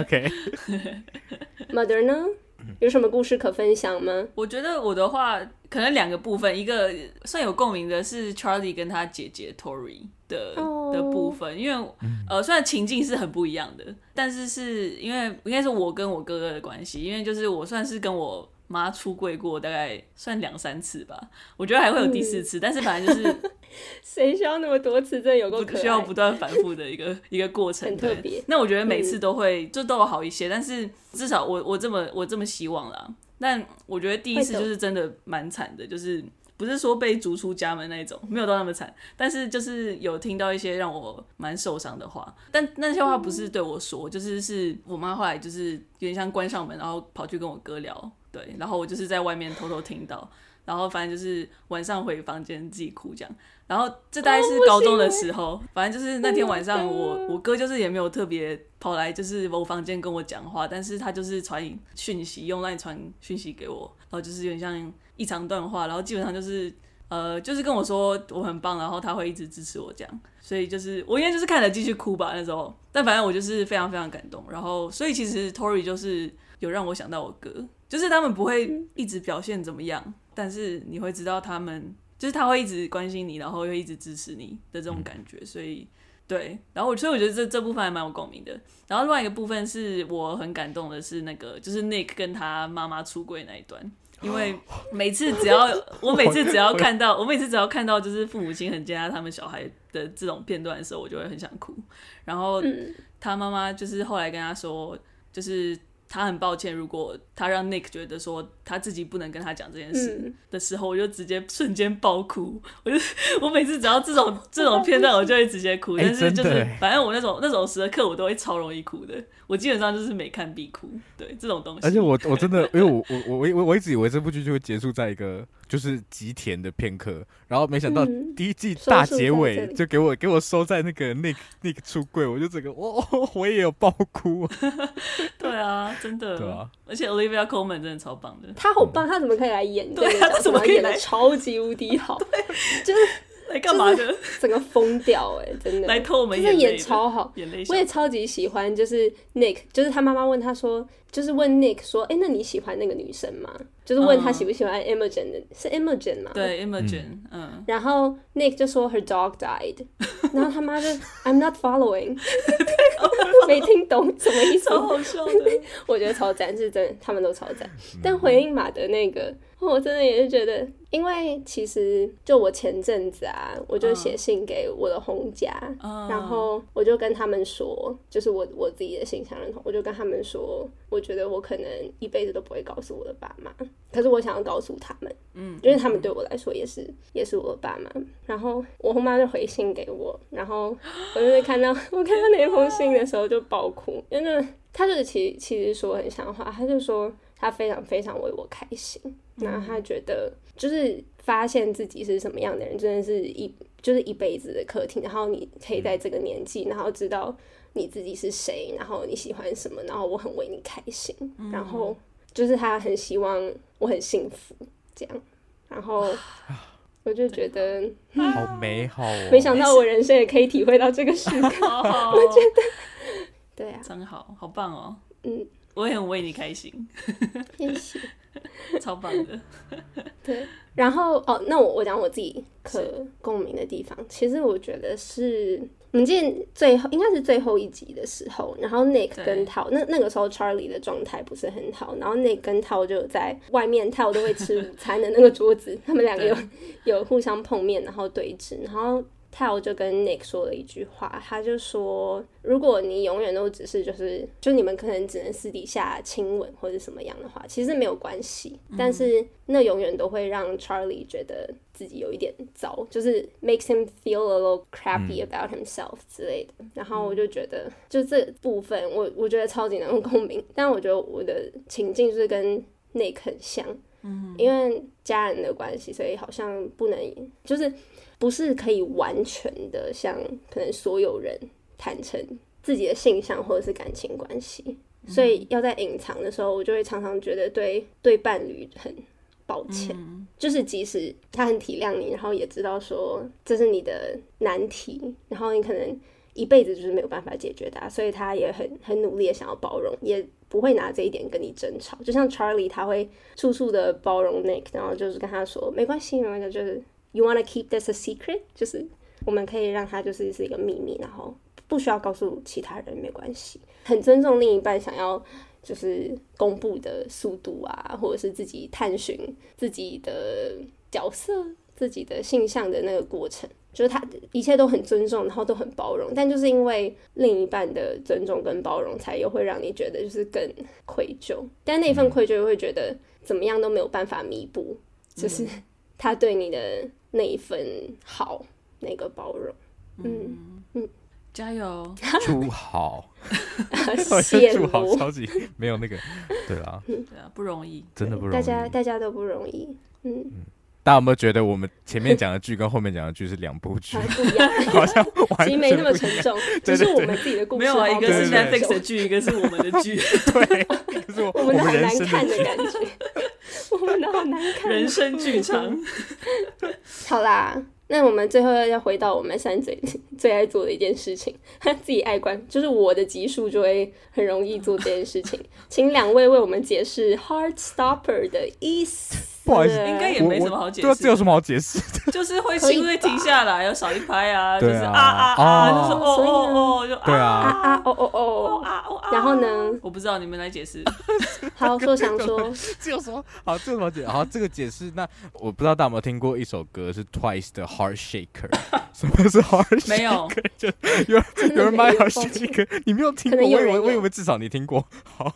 Speaker 4: OK， [LAUGHS]
Speaker 2: Mother 呢？
Speaker 4: 嗯
Speaker 2: 有什么故事可分享吗？
Speaker 3: 我觉得我的话可能两个部分，一个算有共鸣的是 Charlie 跟他姐姐 Tori 的、
Speaker 2: 哦
Speaker 3: 的部分，因为呃虽然情境是很不一样的，但是是因为应该是我跟我哥哥的关系，因为就是我算是跟我。妈出柜过大概算两三次吧，我觉得还会有第四次，但是反正就是
Speaker 2: 谁需要那么多次？真的有够可
Speaker 3: 不
Speaker 2: 爱。
Speaker 3: 需要不断反复的
Speaker 2: [LAUGHS]
Speaker 3: 一个一个过程。
Speaker 2: 很特
Speaker 3: 对
Speaker 2: 别嗯
Speaker 3: 那我觉得每次都会、就都有好一些，但是至少我我这么我这么希望啦。但我觉得第一次
Speaker 2: 会的
Speaker 3: 就是真的蛮惨的，就是不是说被逐出家门那一种，没有到那么惨，但是就是有听到一些让我蛮受伤的话，但那些话不是对我说，就是是我妈后来就是有点像关上门，然后跑去跟我哥聊，对，然后我就是在外面偷偷听到。然后反正就是晚上回房间自己哭这样，然后这大概是高中的时候，反正就是那天晚上我我哥就是也没有特别跑来就是我房间跟我讲话，但是他就是传讯息，用 line 传讯息给我，然后就是有点像一长段话，然后基本上就是呃就是跟我说我很棒，然后他会一直支持我这样，所以就是我应该就是看了继续哭吧那时候，但反正我就是非常非常感动，然后所以其实 Tory 就是有让我想到我哥，就是他们不会一直表现怎么样，但是你会知道他们就是他会一直关心你，然后又一直支持你的这种感觉，所以对，然后我所以我觉得这这部分还蛮有共鸣的。然后另外一个部分是我很感动的是那个就是 Nick 跟他妈妈出柜那一段，因为每次只要我每次只要看到我每次只要看到就是父母亲很接纳他们小孩的这种片段的时候，我就会很想哭。然后他妈妈就是后来跟他说，就是他很抱歉，如果他让 Nick 觉得说他自己不能跟他讲这件事
Speaker 2: 嗯
Speaker 3: 的时候，我就直接瞬间爆哭。我就 [LAUGHS] 我每次只要这种这种片段，我就会直接哭。
Speaker 4: 哎
Speaker 3: 但是就
Speaker 4: 真的
Speaker 3: 是
Speaker 4: 哎
Speaker 3: 反正我那种那种时刻，我都会超容易哭的。我基本上就是每看必哭，对这种东西。
Speaker 4: 而且我我真的，因为我我我我我一直以为这部剧就会结束在一个就是吉田的片刻，然后没想到
Speaker 2: 嗯
Speaker 4: 第一季
Speaker 2: 收
Speaker 4: 大
Speaker 2: 束
Speaker 4: 结
Speaker 2: 在
Speaker 4: 尾
Speaker 2: 这里
Speaker 4: 就给我给我收在那个 Nick Nick 出柜，我就整个哦， [LAUGHS] 我也有爆
Speaker 2: [LAUGHS]
Speaker 4: 哭，
Speaker 3: 对啊，真的。
Speaker 4: 对啊
Speaker 3: 而且 Olivia Colman 真的超棒的，
Speaker 2: 他好
Speaker 4: 嗯
Speaker 2: 棒，他怎么可以来演这个角
Speaker 3: 对啊
Speaker 2: 色？
Speaker 3: 他怎么可以
Speaker 2: 然后演
Speaker 3: 来
Speaker 2: 的超级无敌
Speaker 3: [LAUGHS]
Speaker 2: 好？就是
Speaker 3: 来干嘛的？
Speaker 2: 整个疯掉哎、真的
Speaker 3: 来偷我们
Speaker 2: 真的
Speaker 3: 眼泪
Speaker 2: 演
Speaker 3: 的
Speaker 2: 超好。
Speaker 3: 眼泪小
Speaker 2: 我也超级喜欢，就是 Nick，就是他妈妈问他说，就是问 Nick 说，哎、那你喜欢那个女生吗？就是问他
Speaker 3: 嗯
Speaker 2: 喜不喜欢 Imogen 的，是 Imogen 吗？。
Speaker 3: 对 Imogen，嗯，
Speaker 2: 然后 Nick 就说 Her dog
Speaker 3: [LAUGHS]
Speaker 2: died，然后他妈就 I'm not following，没 [LAUGHS] 听懂什么意思，
Speaker 3: 超好笑嗯的。
Speaker 2: [LAUGHS] 我觉得超赞，是真的，他们都超赞。但回应马的那个，我真的也是觉得，因为其实就我前阵子啊，我就写信给我的红家，
Speaker 3: 嗯
Speaker 2: 然后我就跟他们说，就是我我自己的性向认同，我就跟他们说，我觉得我可能一辈子都不会告诉我的爸妈，可是我想要告诉他们，
Speaker 3: 嗯，
Speaker 2: 因为他们对我来说也是也是我的爸妈。然后我后妈就回信给我，然后我就是看到 [LAUGHS] 我看到那封信的时候就爆哭，因为那他就是其其实说很像话，他就说他非常非常为我开心，然后他觉得就是发现自己是什么样的人，真的是一就是一辈子的课题。然后你可以在这个年纪，然后知道你自己是谁，然后你喜欢什么，然后我很为你开心，然后就是他很希望我很幸福这样，然后我就觉得。
Speaker 4: 好美好哦！
Speaker 2: 没想到我人生也可以体会到这个时刻。
Speaker 3: 好好，我觉得
Speaker 2: [LAUGHS] 对啊，
Speaker 3: 真好，好棒哦。
Speaker 2: 嗯，
Speaker 3: 我也很为你开心，
Speaker 2: 谢谢。
Speaker 3: 超棒的。
Speaker 2: 对，然后哦，那我我讲我自己可共鸣的地方，其实我觉得是。我们记得最后应该是最后一集的时候，然后 Nick
Speaker 3: 对
Speaker 2: 跟涛，那那个时候 Charlie 的状态不是很好，然后 Nick 跟涛就有在外面涛都会吃午餐的那个桌子，他们两个有 [LAUGHS] 有互相碰面，然后对峙，然后 Tao 就跟 Nick 说了一句话，他就说，如果你永远都只是就是就你们可能只能私底下亲吻或者什么样的话，其实没有关系，但是那永远都会让 Charlie 觉得自己有一点糟，就是 makes him feel a little crappy about himself 之类的。然后我就觉得，就这部分我我觉得超级能够共鸣，但我觉得我的情境就是跟 Nick 很像，因为家人的关系，所以好像不能，就是不是可以完全的向可能所有人坦诚自己的性向或者是感情关系，所以要在隐藏的时候，我就会常常觉得对对伴侣很抱歉，就是即使他很体谅你，然后也知道说这是你的难题，然后你可能一辈子就是没有办法解决它，所以他也很很努力的想要包容，也不会拿这一点跟你争吵。就像 Charlie，他会处处的包容 Nick，然后就是跟他说没关系，没关系，就是 You wanna keep this a secret，就是我们可以让它就是是一个秘密，然后不需要告诉其他人，没关系，很尊重另一半想要。就是公布的速度啊，或者是自己探寻自己的角色、自己的性向的那个过程，就是他一切都很尊重，然后都很包容，但就是因为另一半的尊重跟包容，才又会让你觉得就是更愧疚，但那
Speaker 4: 嗯
Speaker 2: 份愧疚又会觉得怎么样都没有办法弥补，
Speaker 4: 嗯
Speaker 2: 就是 [LAUGHS] 他对你的那一份好，那个包容，
Speaker 4: [LAUGHS]
Speaker 2: 嗯，[LAUGHS]
Speaker 3: 加油！
Speaker 4: 祝好， [LAUGHS]
Speaker 2: 羡
Speaker 4: 祝好，
Speaker 2: 慕。
Speaker 4: 超级没有那个，对
Speaker 2: [LAUGHS]
Speaker 4: 啦，
Speaker 3: 对啊，不容易。
Speaker 4: 真的不容
Speaker 2: 大
Speaker 4: 易。
Speaker 2: 家大家都不容易，嗯，
Speaker 4: 大家有没有觉得我们前面讲的剧跟后面讲的剧是两部
Speaker 2: [LAUGHS]
Speaker 4: 剧
Speaker 2: 还？啊不一
Speaker 4: [LAUGHS]
Speaker 2: 样，[LAUGHS]
Speaker 4: 好像
Speaker 2: 其
Speaker 4: 完
Speaker 2: 实
Speaker 4: 全
Speaker 2: 没那么
Speaker 4: 不一
Speaker 2: 沉
Speaker 4: 样
Speaker 2: 重，只
Speaker 4: 对
Speaker 2: 是
Speaker 4: 对
Speaker 2: 我
Speaker 4: 对
Speaker 2: 们自己的故事
Speaker 3: 没有啊，一个是
Speaker 4: 对对
Speaker 3: Netflix 的剧，一个是我们的
Speaker 2: [LAUGHS]
Speaker 3: 剧，
Speaker 4: 对， [LAUGHS] 可是我
Speaker 2: 我们的好
Speaker 4: 人
Speaker 2: 难
Speaker 4: 生
Speaker 2: 看的感
Speaker 4: [LAUGHS]
Speaker 2: 觉，我们的好难看。
Speaker 3: 人生剧场。
Speaker 2: 好啦，那我们最后要回到我们三嘴 [LAUGHS] 最爱做的一件事情， [LAUGHS] 他自己爱观，就是我的级数就会很
Speaker 4: [LAUGHS]
Speaker 2: 容易做这件事情。请两位为我们解释 Heart Stopper 的意思。死
Speaker 4: 不好意思
Speaker 2: 了
Speaker 3: 应该 [LAUGHS] 也
Speaker 4: 我
Speaker 3: 没什
Speaker 4: 我
Speaker 3: 么好解
Speaker 4: 对啊，
Speaker 3: 释
Speaker 4: 这有什么好
Speaker 3: [LAUGHS]
Speaker 4: 解释 [LAUGHS] 的？
Speaker 3: 就是会
Speaker 2: 可以
Speaker 3: 心会停下来，要少一拍啊，就
Speaker 4: 对啊
Speaker 3: 是啊啊啊，
Speaker 4: 哦
Speaker 3: 就是哦
Speaker 2: 所以呢
Speaker 3: 哦哦，就
Speaker 4: 对
Speaker 3: 啊
Speaker 2: 啊
Speaker 4: 啊，
Speaker 2: 啊哦哦
Speaker 3: 哦
Speaker 2: 哦，
Speaker 3: 啊哦啊。
Speaker 2: 然后呢？
Speaker 3: 我不知道，你们来解释。
Speaker 2: 好，说想说，
Speaker 4: 这 [LAUGHS] 有什么好？这有什么解？好，这个解释，那我不知道大家有没有听过一首歌是 Twice 的 Heart Shaker？
Speaker 3: [LAUGHS]
Speaker 4: 什么是 Heart Shaker？
Speaker 3: 没
Speaker 4: [LAUGHS]
Speaker 3: 有，
Speaker 4: 有
Speaker 2: 真的
Speaker 4: 有人买
Speaker 2: 没有
Speaker 4: Heart
Speaker 2: 抱歉
Speaker 4: Shaker？你没有听
Speaker 2: 可能
Speaker 4: 过？我以
Speaker 2: 有人
Speaker 4: 为我以
Speaker 2: 有
Speaker 4: 为至少你听过。好，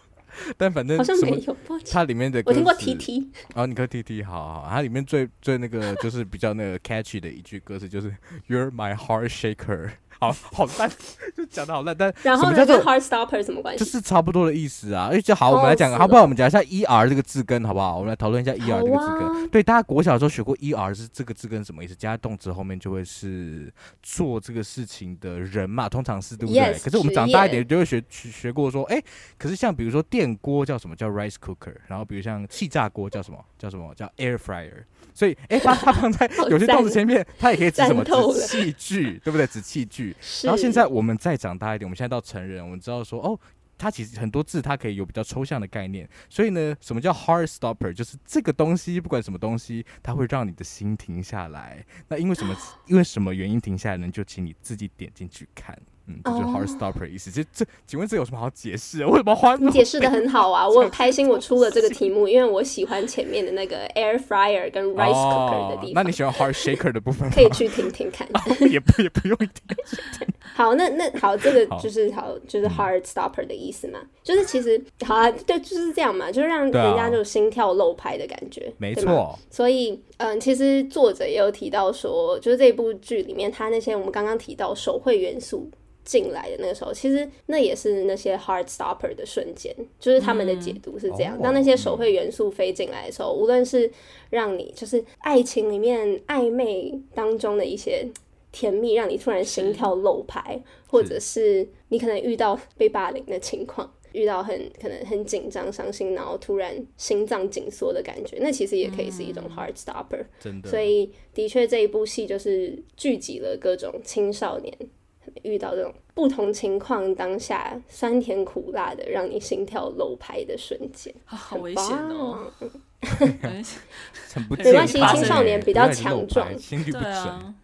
Speaker 4: 但反正
Speaker 2: 好像
Speaker 4: 什
Speaker 2: 没
Speaker 4: 么
Speaker 2: 有，抱歉，
Speaker 4: 它里面的
Speaker 2: 我听过
Speaker 4: 歌词
Speaker 2: T T，
Speaker 4: 然后哦你可以 T T 好好，它里面最最那个就是比较那个 catchy 的一句歌词就是 You're my heart shaker，好好烂， [LAUGHS] 就讲的好烂，但
Speaker 2: 然后
Speaker 4: 什么
Speaker 2: 呢
Speaker 4: 叫
Speaker 2: 跟
Speaker 4: 做
Speaker 2: Heart Stopper 什么关
Speaker 4: 就
Speaker 2: 系？
Speaker 4: 是差不多的意思啊。因为就好，我们
Speaker 2: 哦
Speaker 4: 来讲，
Speaker 2: 是
Speaker 4: 好不
Speaker 2: 哦
Speaker 4: 好？我们讲一下 E R 这个字根，好不好？我们来讨论一下 E
Speaker 2: 好
Speaker 4: R 这个字根。
Speaker 2: 啊
Speaker 4: 对，大家国小的时候学过 E R 是这个字根什么意思？加在动词后面就会是做这个事情的人嘛，通常是对不对
Speaker 2: Yes，
Speaker 4: 可是我们长大一
Speaker 2: 职业
Speaker 4: 点就会学学学过说，哎、可是像比如说电锅叫什么叫 rice cooker，然后比如像气炸锅叫什么叫什么叫 air fryer，所以哎、把它放在
Speaker 2: [LAUGHS] 好
Speaker 4: 有些
Speaker 2: 赞
Speaker 4: 动词前面，它也可以指
Speaker 2: [LAUGHS]
Speaker 4: 什么
Speaker 2: 赞透
Speaker 4: 指
Speaker 2: 了
Speaker 4: 器具，对不对？指器具。
Speaker 2: 是
Speaker 4: 然后现在我们再长大一点，我们现在到成人，我们知道说哦。它其实很多字，它可以有比较抽象的概念，所以呢，什么叫 heart stopper？就是这个东西，不管什么东西，它会让你的心停下来。那因为什么？
Speaker 2: 啊
Speaker 4: 因为什么原因停下来呢？就请你自己点进去看。嗯，这就是
Speaker 2: 哦
Speaker 4: heart stopper 的意思。这这，请问这有什么好解释啊？为什么花那
Speaker 2: 你
Speaker 4: 么
Speaker 2: 解释的很
Speaker 4: [LAUGHS]
Speaker 2: 好啊，我很开心我出了这个题目，因为我喜欢前面的那个 air fryer 跟 rice cooker 的
Speaker 4: 哦
Speaker 2: 地
Speaker 4: 那
Speaker 2: 方，
Speaker 4: 你喜欢 heart shaker 的部分吗？
Speaker 2: 可以去听听看。
Speaker 4: 也不也不用
Speaker 2: [LAUGHS]
Speaker 4: 一定。
Speaker 2: 好，那那好，这个
Speaker 4: 好嗯
Speaker 2: 就是好，就是 hard stopper 的意思嘛，就是其实好啊，对，就是这样嘛，就是让人
Speaker 4: 对啊
Speaker 2: 家就心跳漏拍的感觉，
Speaker 4: 没
Speaker 2: 对吗
Speaker 4: 错，
Speaker 2: 所以，嗯，其实作者也有提到说，就是这部剧里面，他那些我们刚刚提到手绘元素进来的那个时候，其实那也是那些 hard stopper 的瞬间，就是他们的解读是这样。
Speaker 4: 哦
Speaker 2: 当那些手绘元素飞进来的时候，无论是让你就是爱情里面暧昧当中的一些甜蜜，让你突然心跳漏拍，或者是你可能遇到被霸凌的情况。遇到很可能很紧张、伤心，然后突然心脏紧缩的感觉，那其实也可以是一种
Speaker 3: 嗯
Speaker 2: heart stopper。
Speaker 4: 真的。
Speaker 2: 所以，的确这一部戏就是聚集了各种青少年遇到这种不同情况当下酸甜苦辣的，让你心跳漏拍的瞬间。
Speaker 3: 啊好危险哦！
Speaker 2: 哇！
Speaker 4: [LAUGHS]
Speaker 3: 很
Speaker 4: 很不
Speaker 2: 没关
Speaker 4: 健
Speaker 2: 系
Speaker 4: 康
Speaker 2: 青少
Speaker 4: 欸
Speaker 2: 年比
Speaker 4: 不要
Speaker 2: 较
Speaker 4: 一直
Speaker 2: 强
Speaker 4: 露白
Speaker 2: 壮
Speaker 4: 心律不
Speaker 3: 对
Speaker 4: 整，
Speaker 3: 啊，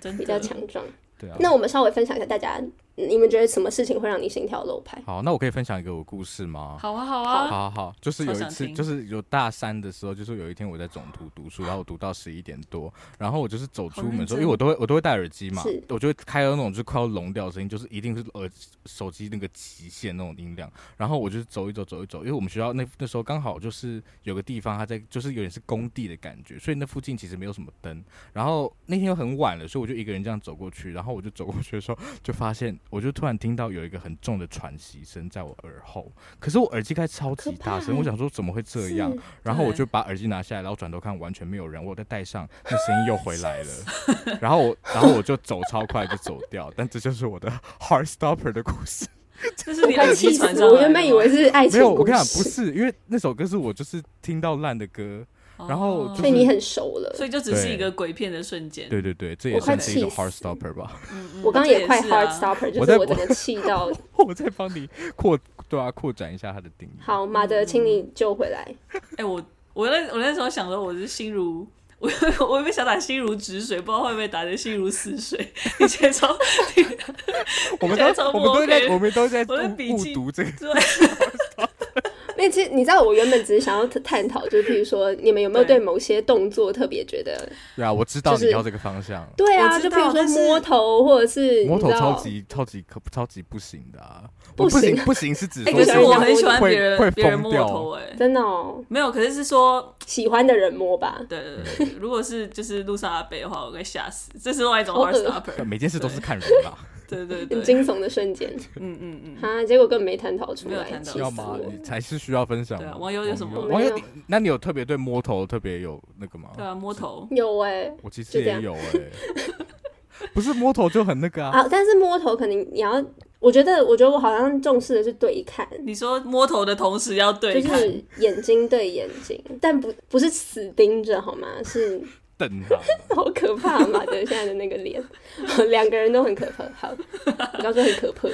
Speaker 3: 真的
Speaker 2: 比较强壮。
Speaker 4: 对啊。
Speaker 2: 那我们稍微分享一下大家，你们觉得什么事情会让你心跳漏拍？
Speaker 4: 好，那我可以分享一个我故事吗？
Speaker 3: 好啊，好
Speaker 4: 好
Speaker 3: 啊，
Speaker 4: 好好，就是有
Speaker 3: 超
Speaker 4: 一
Speaker 3: 想
Speaker 4: 次，
Speaker 3: 听
Speaker 4: 就是有大三的时候，就是有一天我在总图读书，然后我读到十一点多，然后我就是走出
Speaker 3: 好认
Speaker 4: 门之
Speaker 3: 真
Speaker 4: 后，
Speaker 3: 哦
Speaker 4: 因为我都会我都会戴耳机嘛
Speaker 2: 是，
Speaker 4: 我就会开到那种就快要聋掉的声音，就是一定是耳手机那个极限那种音量，然后我就是走一走走一走，因为我们学校那那时候刚好就是有个地方它在就是有点是工地的感觉，所以那附近其实没有什么灯，然后那天又很晚了，所以我就一个人这样走过去，然后我就走过去的时候，就发现我就突然听到有一个很重的喘息声在我耳后，可是我耳机开超级大
Speaker 2: 好
Speaker 4: 声，
Speaker 2: 可怕
Speaker 4: 我想说怎么会这样
Speaker 2: 是？
Speaker 4: 然后我
Speaker 3: 对
Speaker 4: 就把耳机拿下来，然后转头看完全没有人，我再戴上，那声音又回来了，然后我然后我就走超快就走掉，但这就是我的 heart stopper 的故
Speaker 2: [LAUGHS]
Speaker 4: 事。
Speaker 3: 这是你耳
Speaker 2: 快
Speaker 3: 机
Speaker 2: 气
Speaker 3: 传
Speaker 2: 死
Speaker 3: 上来
Speaker 2: 我！我
Speaker 3: 的吗。
Speaker 2: 原本以为是爱
Speaker 4: 没
Speaker 2: 情
Speaker 4: 有，我
Speaker 2: 故
Speaker 4: 跟你讲不
Speaker 2: 事，
Speaker 4: 是，因为那首歌是我就是听到烂的歌，
Speaker 3: 哦，
Speaker 4: 然后就
Speaker 2: 所以你很熟了。
Speaker 3: 所以就只是
Speaker 4: 对
Speaker 3: 一个鬼片的瞬间。
Speaker 4: 对对对，这也
Speaker 2: 我快
Speaker 4: 算是一种
Speaker 2: 气死
Speaker 4: heart stopper 吧。
Speaker 3: 嗯，嗯
Speaker 2: 我刚刚
Speaker 3: 这
Speaker 2: 也快
Speaker 3: 是啊
Speaker 2: hard stopper，就
Speaker 4: 我
Speaker 2: 是
Speaker 4: 在
Speaker 2: 我整个气到。
Speaker 4: [LAUGHS] 我再帮你扩对啊扩展一下它的定义。
Speaker 2: 好，马德，请你救回来。
Speaker 3: 哎、我我那我那时候想说我是心如。我 [LAUGHS] 我原本想打心如止水，不知道会不会打成心如死水。 [LAUGHS] 你觉
Speaker 4: [LAUGHS]
Speaker 3: 得超
Speaker 4: 我
Speaker 3: [LAUGHS]
Speaker 4: 们
Speaker 3: 觉得超
Speaker 4: 都
Speaker 3: 不
Speaker 4: 我们都
Speaker 3: OK
Speaker 4: 在我们都在
Speaker 3: 我的
Speaker 4: 误
Speaker 3: 笔
Speaker 4: 误
Speaker 3: 记
Speaker 4: 读这 [LAUGHS] 个
Speaker 3: 对，
Speaker 2: 因为其实你知道，我原本只是想要探讨，就是譬如说，你们有没有
Speaker 3: 对
Speaker 2: 对某些动作特别觉得？
Speaker 4: 对啊，我知道
Speaker 2: 就是
Speaker 4: 你要这个方向。
Speaker 2: 对啊，
Speaker 3: 我
Speaker 2: 就
Speaker 3: 知道
Speaker 2: 譬如说
Speaker 3: 但是
Speaker 2: 摸头，或者是
Speaker 4: 摸
Speaker 2: 你
Speaker 4: 头
Speaker 2: 知
Speaker 4: 超
Speaker 2: 道，
Speaker 4: 级超级可超级不行的啊！
Speaker 2: 不
Speaker 4: 我不
Speaker 2: 行
Speaker 4: 行不行是指
Speaker 2: 哎
Speaker 4: 说
Speaker 3: 可是
Speaker 2: 我
Speaker 3: 我
Speaker 2: 想
Speaker 3: 很喜欢
Speaker 4: 会
Speaker 3: 别
Speaker 4: 会
Speaker 3: 人别人
Speaker 4: 疯
Speaker 3: 摸
Speaker 4: 掉
Speaker 3: 我头哎、
Speaker 2: 真的哦，
Speaker 3: 没有，可是是说，
Speaker 2: 喜欢的人摸吧。
Speaker 3: 对对对对，如果是就是路上阿北的话，我会吓死，这是另外一种
Speaker 2: 好
Speaker 3: hard
Speaker 2: 恶
Speaker 3: stopper。
Speaker 4: 每件事都是看人啊吧？
Speaker 3: 对对
Speaker 2: 很
Speaker 3: 对，
Speaker 2: 惊悚的瞬间 [LAUGHS]
Speaker 3: 嗯嗯嗯，
Speaker 2: 啊！结果根本没探讨出
Speaker 3: 没有
Speaker 2: 来，
Speaker 3: 探讨
Speaker 2: 气死
Speaker 3: 出来
Speaker 4: 要吗
Speaker 2: 我！！
Speaker 4: 你才是需要分享
Speaker 3: 对啊
Speaker 4: 嘛。
Speaker 3: 网友有什么
Speaker 4: 网友
Speaker 2: 我没有
Speaker 4: 你，那你有特别对摸头特别有那个吗？
Speaker 3: 对啊，摸头，
Speaker 2: 有哎
Speaker 4: 我其实
Speaker 2: 就这样
Speaker 4: 也有哎，不是摸头就很那个啊。
Speaker 2: 啊，但是摸头可能你要，我觉得，我觉得我好像重视的是对看，
Speaker 3: 你说摸头的同时要对
Speaker 2: 就
Speaker 3: 看， [LAUGHS]
Speaker 2: 是眼睛对眼睛，但不不是死盯着好吗？是
Speaker 4: 瞪他。
Speaker 2: 好可怕马德现在的那个脸， [LAUGHS] 两个人都很可怕。好，我刚说很可怕，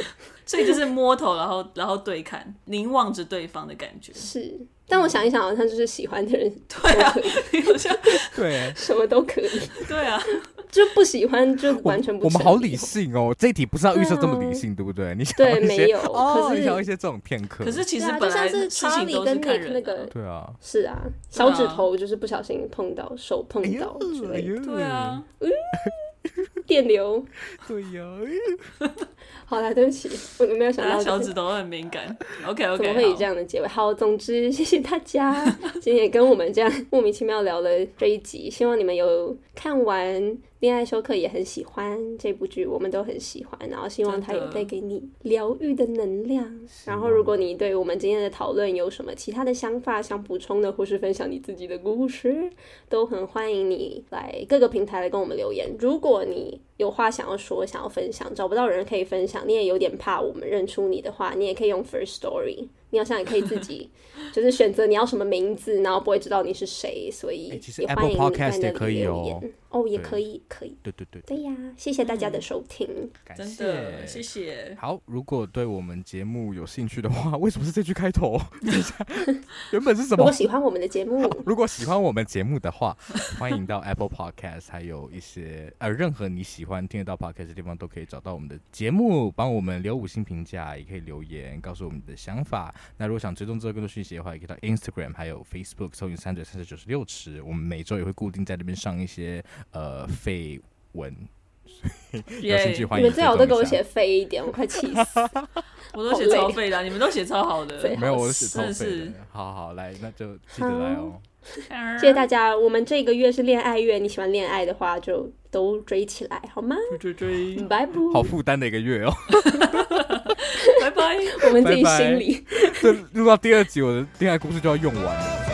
Speaker 3: 所以就是摸头，然后然后对看，凝望着对方的感
Speaker 2: [LAUGHS]
Speaker 3: 觉。
Speaker 2: 是。但我想一想，好像就是喜欢的人都
Speaker 3: 对啊
Speaker 2: 可以，，
Speaker 3: 好像
Speaker 4: 对，
Speaker 2: 什么都可
Speaker 3: [LAUGHS]
Speaker 2: 以，
Speaker 3: 对啊，
Speaker 2: 就不喜欢就 [LAUGHS] 完全不
Speaker 4: 我们好理
Speaker 2: 成立
Speaker 4: 性哦，这一题不是要预测这么
Speaker 2: 对啊
Speaker 4: 理性，对不对？你想
Speaker 2: 对
Speaker 4: 要一些
Speaker 2: 没有
Speaker 4: 哦，
Speaker 2: 可是
Speaker 4: 你想要一些这种片刻，
Speaker 3: 可是其实
Speaker 2: 对啊
Speaker 3: 本来
Speaker 2: 就像是
Speaker 3: 事情都
Speaker 2: Charlie 跟
Speaker 3: 看
Speaker 2: Nick
Speaker 3: 人
Speaker 2: 那
Speaker 3: 的嗯
Speaker 2: 个
Speaker 4: 对啊，
Speaker 2: 是啊，小指头就是不小心碰到，手碰
Speaker 4: 哎
Speaker 2: 到
Speaker 4: 呦
Speaker 2: 之类的，
Speaker 3: 对，
Speaker 4: 嗯
Speaker 3: 啊，
Speaker 2: 电流。
Speaker 4: 对
Speaker 3: 哎
Speaker 4: 呀，
Speaker 2: 好啦，对不起，我没有想
Speaker 3: 大
Speaker 2: 到这
Speaker 3: 家小
Speaker 2: 个
Speaker 3: 指头很敏感。OK
Speaker 2: 怎
Speaker 3: OK，
Speaker 2: 么会以这样的结尾？好，总之谢谢大家， [LAUGHS] 今天也跟我们这样莫名其妙聊了这一集，希望你们有看完《恋爱休克》也很喜欢这部剧，我们都很喜欢，然后希望它
Speaker 3: 真
Speaker 2: 有
Speaker 3: 的
Speaker 2: 带给你疗愈的能量。然后，如果你对我们今天的讨论有什么其他的想法想补充的，或是分享你自己的故事，都很欢迎你来各个平台来跟我们留言。如果你有话想要说、想要分享，找不到人可以分享，你也有点怕我们认出你的话，你也可以用 First Story。你好像也可以自己 [LAUGHS] 就是选择你要什么名字，然后不会知道你是谁，所以
Speaker 4: 哎其实
Speaker 2: 也
Speaker 4: Apple
Speaker 2: 欢迎你在那
Speaker 4: Podcast 也
Speaker 2: 里
Speaker 4: 可以
Speaker 2: 留
Speaker 4: 哦
Speaker 2: 言。哦，也
Speaker 4: 对
Speaker 2: 可以，可以。
Speaker 4: 对对对，
Speaker 2: 对呀，谢谢大家的收听。
Speaker 4: 感
Speaker 3: 真的，谢谢。
Speaker 4: 好，如果对我们节目有兴趣的话，为什么是这句
Speaker 3: [LAUGHS]
Speaker 4: 开头？等一下，原本是什
Speaker 2: 如
Speaker 4: 么
Speaker 2: 果？喜欢我们的节目， [LAUGHS]
Speaker 4: 如果喜欢我们节目的话， [LAUGHS] 欢迎到 Apple Podcast，还有一些呃任何你喜欢听得到 Podcast 的地方都可以找到我们的节目，帮我们留五星评价，也可以留言告诉我们你的想法。那如果想追踪之后更多讯息的话，也可以到 Instagram 还有 Facebook 搜寻三嘴三十九十六尺，我们每周也会固定在那边上一些呃绯闻，有兴趣
Speaker 3: 耶，
Speaker 4: 欢
Speaker 2: 你
Speaker 4: 迎
Speaker 2: 们最好都
Speaker 4: 追踪一
Speaker 2: 给我
Speaker 4: 下
Speaker 2: 写飞一点，我快
Speaker 4: [LAUGHS]
Speaker 2: 气死。
Speaker 3: 我都写超废的啊，你们都写超好的。
Speaker 2: 对
Speaker 4: 没有，我
Speaker 3: 是
Speaker 4: 是头
Speaker 3: 是
Speaker 4: 费的。好好来，那就记得来哦。
Speaker 2: 谢谢大家，我们这个月是恋爱月，你喜欢恋爱的话就都追起来好吗？
Speaker 3: 追追追，
Speaker 2: 拜拜。
Speaker 4: 嗯好负担的一个月哦。 [LAUGHS]
Speaker 3: 拜拜。
Speaker 2: 我们自己
Speaker 4: 拜拜
Speaker 2: 心里。
Speaker 4: 这录到第二集，我的恋爱故事就要用完了。